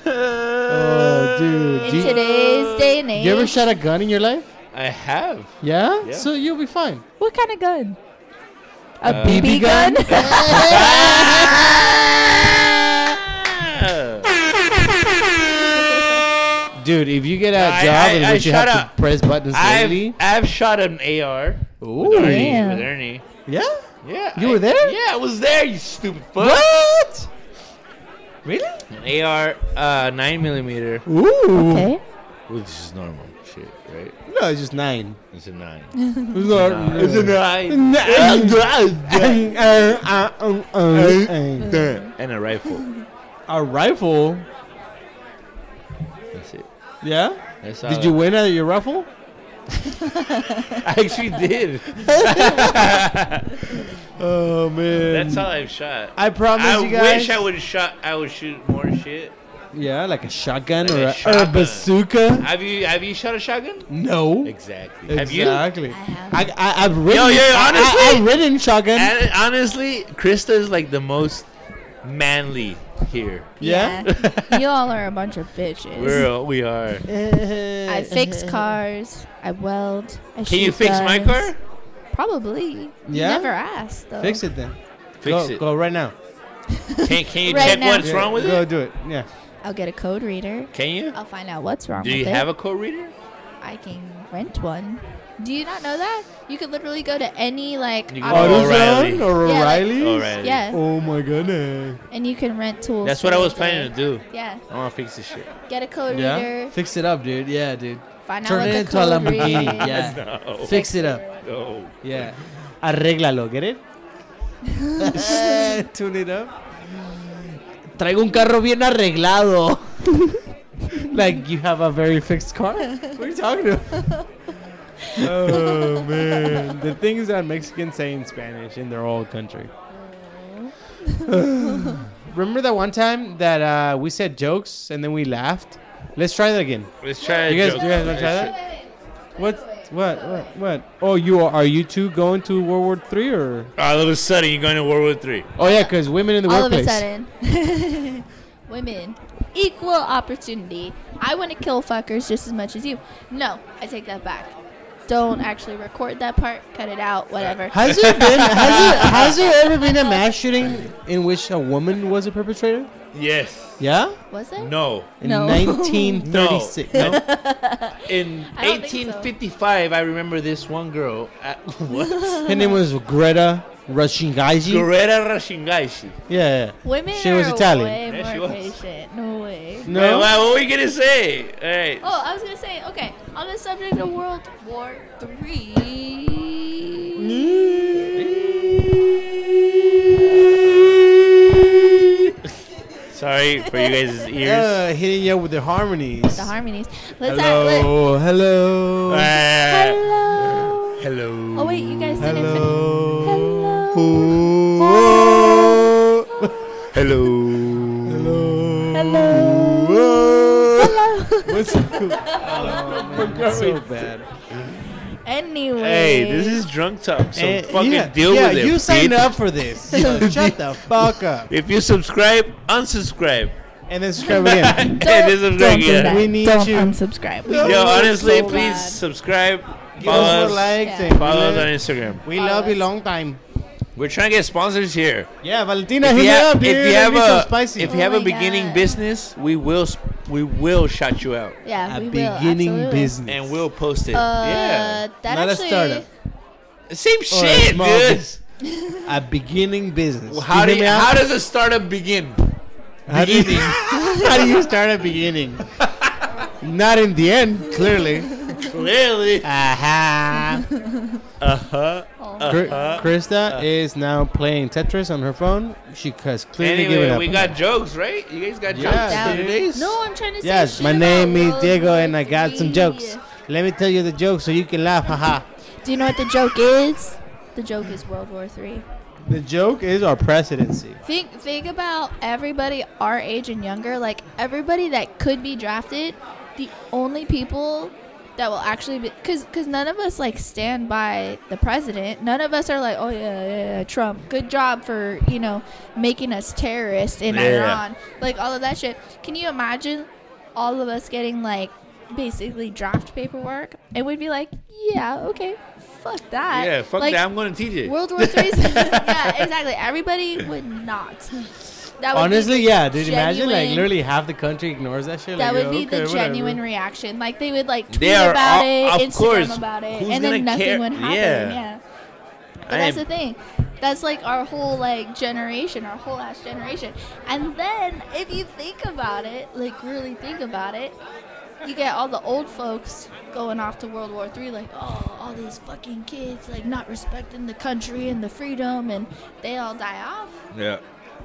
S2: oh, dude.
S1: in
S2: Do you,
S1: today's day and age,
S2: you ever shot a gun in your life?
S3: I have.
S2: Yeah?
S3: Yeah.
S2: So you'll be fine.
S1: what kind of gun? A
S3: Uh,
S1: BB,
S2: BB
S1: gun?
S3: Ah.
S2: Dude, if you get a
S3: I-
S2: job
S3: I-
S2: in
S3: I
S2: which you
S3: shot
S2: have
S3: a-
S2: to press buttons
S3: I've,
S2: daily,
S3: I've shot an AR.
S2: Ooh.
S3: With Ernie.
S1: Damn.
S3: With Ernie.
S2: yeah.
S3: Yeah.
S2: You
S3: I-
S2: were there?
S3: Yeah, I was there, you stupid fuck.
S2: What? Really?
S3: An AR uh, 9 millimeter,
S2: Ooh.
S1: Okay.
S3: which is normal shit, right?
S2: No, it's just nine.
S3: It's a 9.
S2: It's not.
S3: it's a 9.
S2: a
S3: and a rifle.
S2: rifle.
S3: That's it.
S2: Yeah.
S3: That's all
S2: Did you
S3: I-
S2: win at your rifle?
S3: I actually did.
S2: Oh man.
S3: That's all I've shot.
S2: I promise
S3: I
S2: you guys.
S3: wish I would have shot. I would shoot more shit.
S2: Yeah, like a shotgun
S3: Like
S2: or
S3: a
S2: a, or a
S3: shotgun.
S2: bazooka.
S3: Have you Have you shot a shotgun?
S2: No.
S3: Exactly. Have you?
S2: Exactly.
S1: I have.
S2: I, I, I've ridden.
S3: Yo, yo, yo,
S2: I, I,
S3: honestly-
S2: I've ridden shotgun.
S3: And honestly, Krista is like the most manly here.
S2: Yeah?
S1: you all are a bunch of bitches.
S3: We're we are.
S1: I fix cars. I weld. I
S3: Can you fix my car?
S1: Probably.
S2: Yeah?
S1: Never asked though.
S2: Fix it then.
S3: Fix
S2: go,
S3: it.
S2: Go right now.
S3: Can, can you
S1: Right
S3: check
S1: now.
S3: what's wrong with
S2: go
S3: it?
S2: do it. Yeah.
S1: I'll get a code reader.
S3: Can you?
S1: I'll find out what's wrong
S3: Do
S1: with
S3: you
S1: it.
S3: have a code reader?
S1: I can rent one. Do you not know that? You could literally go to any like
S3: You can
S2: Oh,
S1: auto-
S3: go-
S2: AutoZone
S3: Oh,
S2: or
S3: O'Reilly.
S1: Yeah, like-
S2: O'Reilly's?
S3: O'Reilly.
S1: yeah,
S2: Oh my goodness.
S1: and you can rent tools.
S3: That's
S1: for
S3: what I
S1: your
S3: was planning to
S1: day.
S3: do.
S1: Yeah,
S3: I want to fix this shit.
S1: get a code reader.
S2: Fix it up, dude. Yeah, dude.
S1: Find out
S2: Turn
S1: what
S2: it
S1: the
S2: into a
S1: code
S2: Lamborghini.
S1: reads.
S2: Yeah.
S3: No.
S2: Fix it up.
S3: No.
S2: Yeah. Arréglalo, get it? Eh, Tune it up. Traigo un carro bien arreglado. like you have a very fixed car? What are you talking about? oh man. The things that Mexicans say in Spanish in their old country. Remember that one time that uh, we said jokes and then we laughed? Let's try that again.
S3: Let's try a
S2: You guys,
S3: joke.
S2: you guys want to try that? What? What? What? What? Oh, you are? Are you two going to World War Three or?
S3: All of a sudden, you're going to World War Three.
S2: Oh yeah, because women in the
S1: All of a
S2: workplace.
S1: sudden, women, equal opportunity. I want to kill fuckers just as much as you. No, I take that back. Don't actually record that part. Cut it out. Whatever.
S2: Has there been has it has there ever been a mass shooting in which a woman was a perpetrator?
S3: Yes.
S2: Yeah?
S1: Was it?
S3: No.
S2: In
S1: No.
S2: 1936.
S3: No. In
S1: I don't think so.
S3: 1855, I remember this one girl. At, what?
S2: Her name was Greta Rushingaji.
S3: Guerrera Rashingashi.
S2: yeah.
S1: Women
S2: She was
S1: are
S2: Italian.
S1: way
S3: Yeah, she
S1: more
S3: was.
S1: patient. No way.
S2: No.
S3: Wait, what, what were we gonna say? All right.
S1: Oh, I was gonna say. Okay, on the subject of World War Three.
S3: Sorry for you guys' ears.
S2: Yeah, uh, hitting you with the harmonies.
S1: The harmonies. Let's have. Let,
S2: hello, hello,
S3: Ah.
S1: hello.
S3: hello.
S1: Oh wait, you guys didn't. Finish.
S2: hello,
S1: Hello.
S3: Hello.
S2: What's so cool? Oh, so bad.
S1: Anyway.
S3: Hey, this is drunk talk, so
S2: Eh,
S3: fucking
S2: yeah,
S3: deal
S2: yeah,
S3: with it.
S2: you signed
S3: bitch.
S2: up for this. So shut the fuck up.
S3: If you subscribe, unsubscribe.
S2: And then subscribe again.
S3: and then subscribe
S1: don't do
S3: again.
S1: that.
S2: We need
S1: don't
S2: you.
S1: unsubscribe. We
S2: No.
S1: need you
S3: Yo, honestly,
S1: so
S3: please
S1: bad.
S3: subscribe.
S2: Give
S3: Follow
S2: us
S3: us.
S2: more likes.
S1: Yeah.
S2: and
S3: Follow us
S2: we
S3: on
S2: love-
S3: Instagram.
S2: We
S1: Follow
S2: love you
S1: us.
S2: long time.
S3: We're trying to get sponsors here.
S2: Yeah, Valentina,
S3: If
S2: hit
S3: you
S2: me
S3: have,
S2: up, dude.
S3: if you
S2: Let
S3: have
S2: me some
S3: a,
S2: spicy.
S3: if you
S1: Oh
S3: have a
S1: my
S3: beginning
S1: God.
S3: business, we will, sp- we will shout you out,
S1: Yeah,
S2: a
S1: we will,
S2: beginning
S1: absolutely.
S2: business.
S3: and we'll post it.
S1: Uh,
S3: yeah,
S1: that
S2: Not a
S1: actually,
S2: startup.
S3: same
S2: Or a
S3: shit,
S2: small
S3: dude.
S2: business. a beginning business.
S3: How do
S2: hear
S3: you,
S2: me out?
S3: how does a startup begin?
S2: How do you, how do you start at beginning? Not in the end, clearly.
S3: Clearly,
S2: Aha.
S1: Uh-huh.
S2: Krista is now playing Tetris on her phone. She has clearly given
S3: Anyway,
S2: up.
S3: we got jokes, right? You guys got
S2: Yeah,
S3: jokes for
S2: dude.
S3: today's?
S1: No, I'm trying to say
S2: yes,
S1: shit
S2: my name
S1: about
S2: is
S1: World
S2: Diego,
S1: War
S2: and I got some
S1: III.
S2: jokes. Let me tell you the joke so you can laugh. Haha.
S1: Do you know what the joke is? The joke is World War Three.
S2: The joke is our presidency.
S1: Think think about everybody our age and younger, like everybody that could be drafted, the only people that will actually be cuz cuz none of us like stand by the president. None of us are like, "Oh yeah, yeah, yeah, Trump. Good job for, you know, making us terrorists in
S3: Yeah.
S1: Iran." Like all of that shit. Can you imagine all of us getting like basically draft paperwork and we'd be like, "Yeah, okay. Fuck that."
S3: Yeah, fuck
S1: Like,
S3: that. I'm going to teach it.
S1: World War Three. yeah, exactly. Everybody would not. That would
S2: Honestly,
S1: be the
S2: yeah, dude. Imagine like
S1: genuine-
S2: literally half the country ignores that shit.
S1: That
S2: like,
S1: would be
S2: okay,
S1: the
S2: whatever.
S1: genuine reaction. Like they would like tweet
S3: They are
S1: about
S3: all-
S1: it,
S3: of
S1: Instagram
S3: course.
S1: about it,
S3: Who's
S1: and then
S3: gonna
S1: nothing
S3: care?
S1: would happen.
S3: Yeah.
S1: Yeah. But
S3: I
S1: that's
S3: am-
S1: the thing. That's like our whole like generation, our whole ass generation. And then if you think about it, like really think about it, you get all the old folks going off to World War Three, like, oh, all these fucking kids, like not respecting the country and the freedom, and they all die off,
S3: Yeah.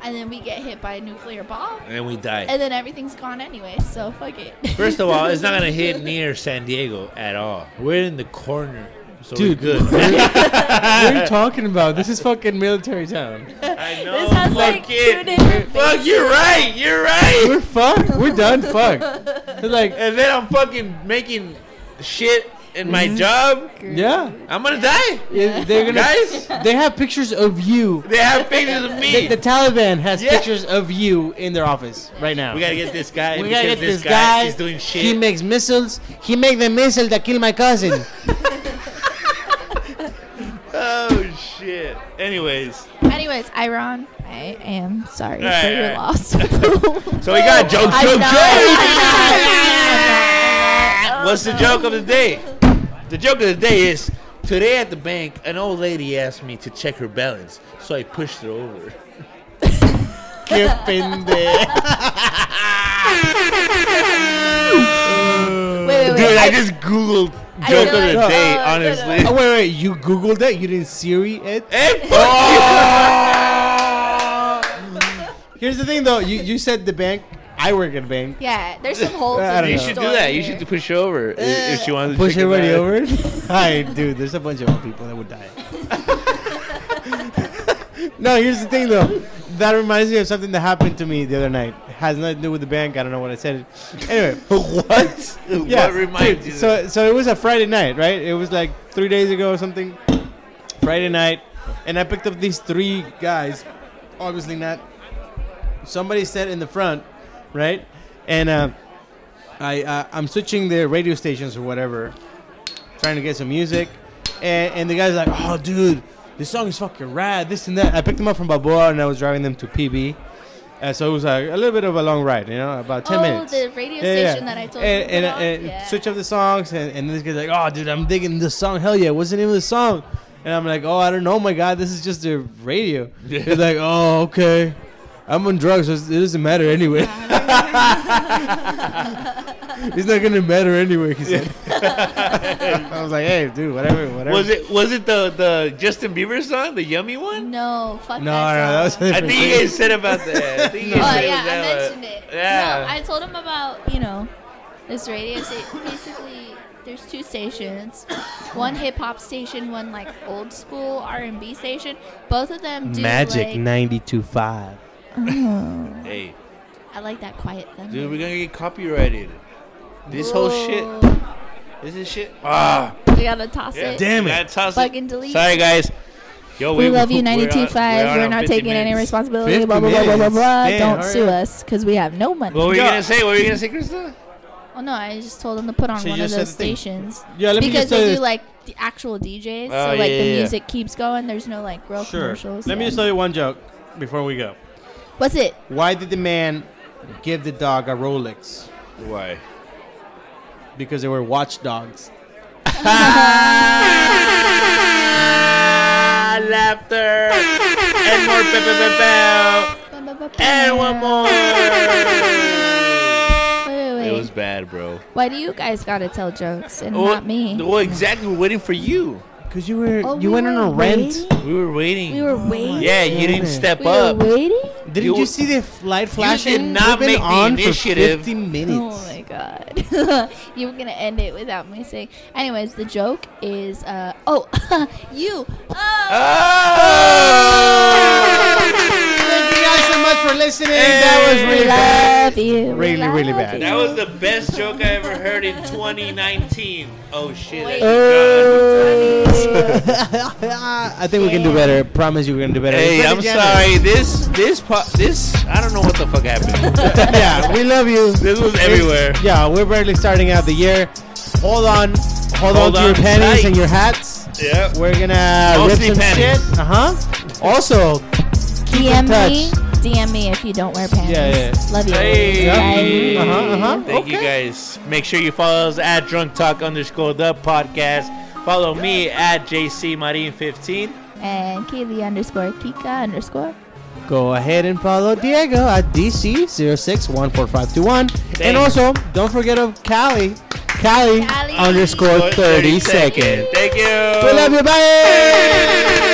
S1: and then we get hit by a nuclear bomb,
S3: And then we die.
S1: and then everything's gone anyway. So fuck it.
S3: First of all, it's not going to hit near San Diego at all. We're in the corner. So
S2: Dude,
S3: we're good.
S2: what are you talking about? This is fucking military town.
S3: I know.
S1: This has,
S3: fuck
S1: like,
S3: it.
S1: two different
S3: Fuck,
S1: faces.
S3: you're right. You're right.
S2: We're fucked. We're done. Fucked. It's like,
S3: And then I'm fucking making shit in my
S2: Mm-hmm.
S3: job.
S2: yeah.
S3: I'm going to die.
S2: Yeah, They're gonna.
S3: Guys,
S2: They have pictures of you.
S3: they have pictures of me.
S2: The, the Taliban has
S3: Yeah.
S2: pictures of you in their office right now.
S3: we got to get this guy.
S2: We gotta
S3: because
S2: get this guy.
S3: He's doing shit.
S2: He makes missiles. He make the missile that kill my cousin.
S3: oh, shit. Anyways.
S1: Anyways, Iran, I am sorry
S3: Alright,
S1: for your
S3: alright.
S1: loss.
S3: So we got jokes,
S1: I
S3: jokes,
S1: know, I
S3: jokes. What's the joke of the day? The joke of the day is today at the bank, an old lady asked me to check her balance, so I pushed her over.
S2: Qué pendejo.
S1: wait, wait, wait.
S3: Dude, I
S1: I-
S3: just googled
S1: I
S3: joke of
S1: feel
S3: the
S1: like-
S3: day,
S1: Oh, I feel
S3: honestly.
S2: Oh, wait, wait. You Googled that? You didn't Siri it?
S3: And fuck
S2: Here's the thing, though. You you said the bank. I work at a bank.
S1: yeah, there's some holes.
S2: I
S1: in
S2: don't
S3: you. You
S1: this
S2: know.
S3: should do
S1: story
S3: that. You
S1: here.
S3: should push her over i- if she wants to
S2: Push
S3: check her
S2: everybody
S3: balance.
S2: over. Hi, dude. There's a bunch of old people that would die. no, here's the thing though. That reminds me of something that happened to me the other night. has nothing to do with the bank. I don't know what I said. Anyway,
S3: What?
S2: yeah.
S3: what reminds
S2: dude,
S3: you? So,
S2: So so it was a Friday night, right? It was like three days ago or something. Friday night, and I picked up these three guys. Obviously not. Somebody said in the front, right? And uh, I uh, I'm switching the radio stations or whatever, trying to get some music, and, and the guy's like, "Oh, dude, this song is fucking rad, this and that." I picked them up from Balboa and I was driving them to PB. Uh, so it was like a little bit of a long ride, you know, about ten
S1: oh,
S2: minutes.
S1: the radio
S2: Yeah, yeah.
S1: station that I told
S2: and,
S1: you
S2: and,
S1: about.
S2: and
S1: yeah.
S2: switch up the songs, and, and this guy's like, "Oh, dude, I'm digging this song. Hell yeah! What's the name of the song?" And I'm like, "Oh, I don't know, my God. This is just the radio." He's like, "Oh, okay. I'm on drugs. So it doesn't matter anyway. it's not gonna matter anyway." He said. I was like, "Hey, dude, whatever, whatever."
S3: Was it was it the the Justin Bieber song, the yummy one?
S1: No, fuck
S2: No, no,
S1: that
S2: that was.
S1: song.
S2: a
S3: I
S2: different
S3: think you
S2: thing.
S3: guys said about that. I think you
S1: Oh
S3: guys said
S1: yeah, I
S3: that one.
S1: mentioned it.
S3: Yeah.
S1: No, I told him about you know this radio station. Basically, there's two stations, one hip hop station, one like old school R and B station. Both of them do
S2: Magic
S1: Like,
S2: ninety two five.
S3: hey,
S1: I like that quiet thunder.
S3: dude, we're gonna get copyrighted. This whole shit.
S1: Whoa.
S3: This is shit. Ah,
S1: Oh, We gotta toss
S3: yeah.
S1: it.
S2: Damn it.
S3: That's how-
S1: Fucking delete.
S3: Sorry, guys. Yo,
S1: We love you,
S3: we're on-
S1: 92.5. We're,
S3: on
S1: not
S3: 50
S1: taking any
S3: minutes.
S1: responsibility.
S2: 50
S1: Blah blah blah blah blah
S2: minutes.
S1: blah.
S2: Damn,
S1: Don't
S2: hurry
S1: sue
S2: up.
S1: us because we have no money.
S3: What were you
S2: Yeah.
S3: gonna say? What were you gonna say, Krista?
S1: Oh no, I just told him to put on
S2: So you
S1: one of
S2: just said
S1: those
S2: the thing.
S1: stations.
S2: Yeah, let me
S1: because
S2: just tell you
S1: they do
S2: this.
S1: like the actual DJs, so
S3: Oh,
S1: like
S3: yeah,
S1: the
S3: yeah, yeah.
S1: music keeps going. There's no like real commercials.
S2: Let me
S1: yeah.
S2: just tell you one joke before we go.
S1: What's it?
S2: Why did the man give the dog a Rolex?
S3: Why?
S2: Because they were watchdogs.
S3: Ah, laughter and more. Bow, bow, bow, bow. And one more.
S1: Wait, wait,
S3: It
S1: wait.
S3: was bad, bro.
S1: Why do you guys gotta tell jokes and
S2: Oh,
S3: Well,
S1: not me?
S3: Well, exactly. We're waiting for you.
S2: Because you were
S1: Oh,
S2: you
S1: we
S2: went on
S1: were
S2: a rent.
S1: waiting?
S3: We were waiting.
S1: We
S2: Oh,
S1: were waiting.
S3: yeah, you didn't
S2: goodness.
S3: step
S1: We
S3: up.
S1: were waiting.
S2: Didn't
S3: You-
S2: you, see the f- light flashing?
S3: not
S2: We've been
S3: make the
S2: on for
S3: initiative.
S2: 50
S1: Oh
S2: minutes.
S1: my god. you were gonna end it without me saying. Anyways, the joke is uh oh you oh
S2: Uh, Thank you
S3: Ah!
S2: guys so much for listening.
S3: Hey.
S1: we love you. We
S2: Really, really
S1: love
S2: bad.
S1: you.
S3: That was the best joke I ever heard in 2019. Oh shit!
S1: Wait.
S2: I think we can do better. promise you we're gonna do better.
S3: Hey,
S2: It's
S3: I'm
S2: pretty generous.
S3: sorry. This this po- this I don't know what the fuck happened.
S2: yeah, we love you.
S3: This was everywhere.
S2: Yeah, we're barely starting out the year. Hold on, hold,
S3: Hold
S2: on to your
S3: on
S2: panties
S3: tight.
S2: and your hats.
S3: Yeah.
S2: We're gonna
S3: Mostly
S2: rip some
S3: panties.
S2: shit. Uh huh. Also,
S1: DM me.
S2: touch.
S1: DM me if you don't wear panties.
S2: Yeah, yeah.
S1: Love you.
S3: Hey. Uh-huh,
S1: Bye.
S2: uh huh, uh huh.
S3: Thank you guys. Make sure you follow us at Drunk Talk underscore the podcast. Follow me at JC Marine 15.
S1: And Kaylee underscore Kika underscore.
S2: Go ahead and follow Diego at DC061451.
S3: Thank
S2: And
S3: you.
S2: also, don't forget of Cali. Cali
S1: Cali.
S2: underscore 30 seconds.
S3: Thank you.
S2: We love you. Bye.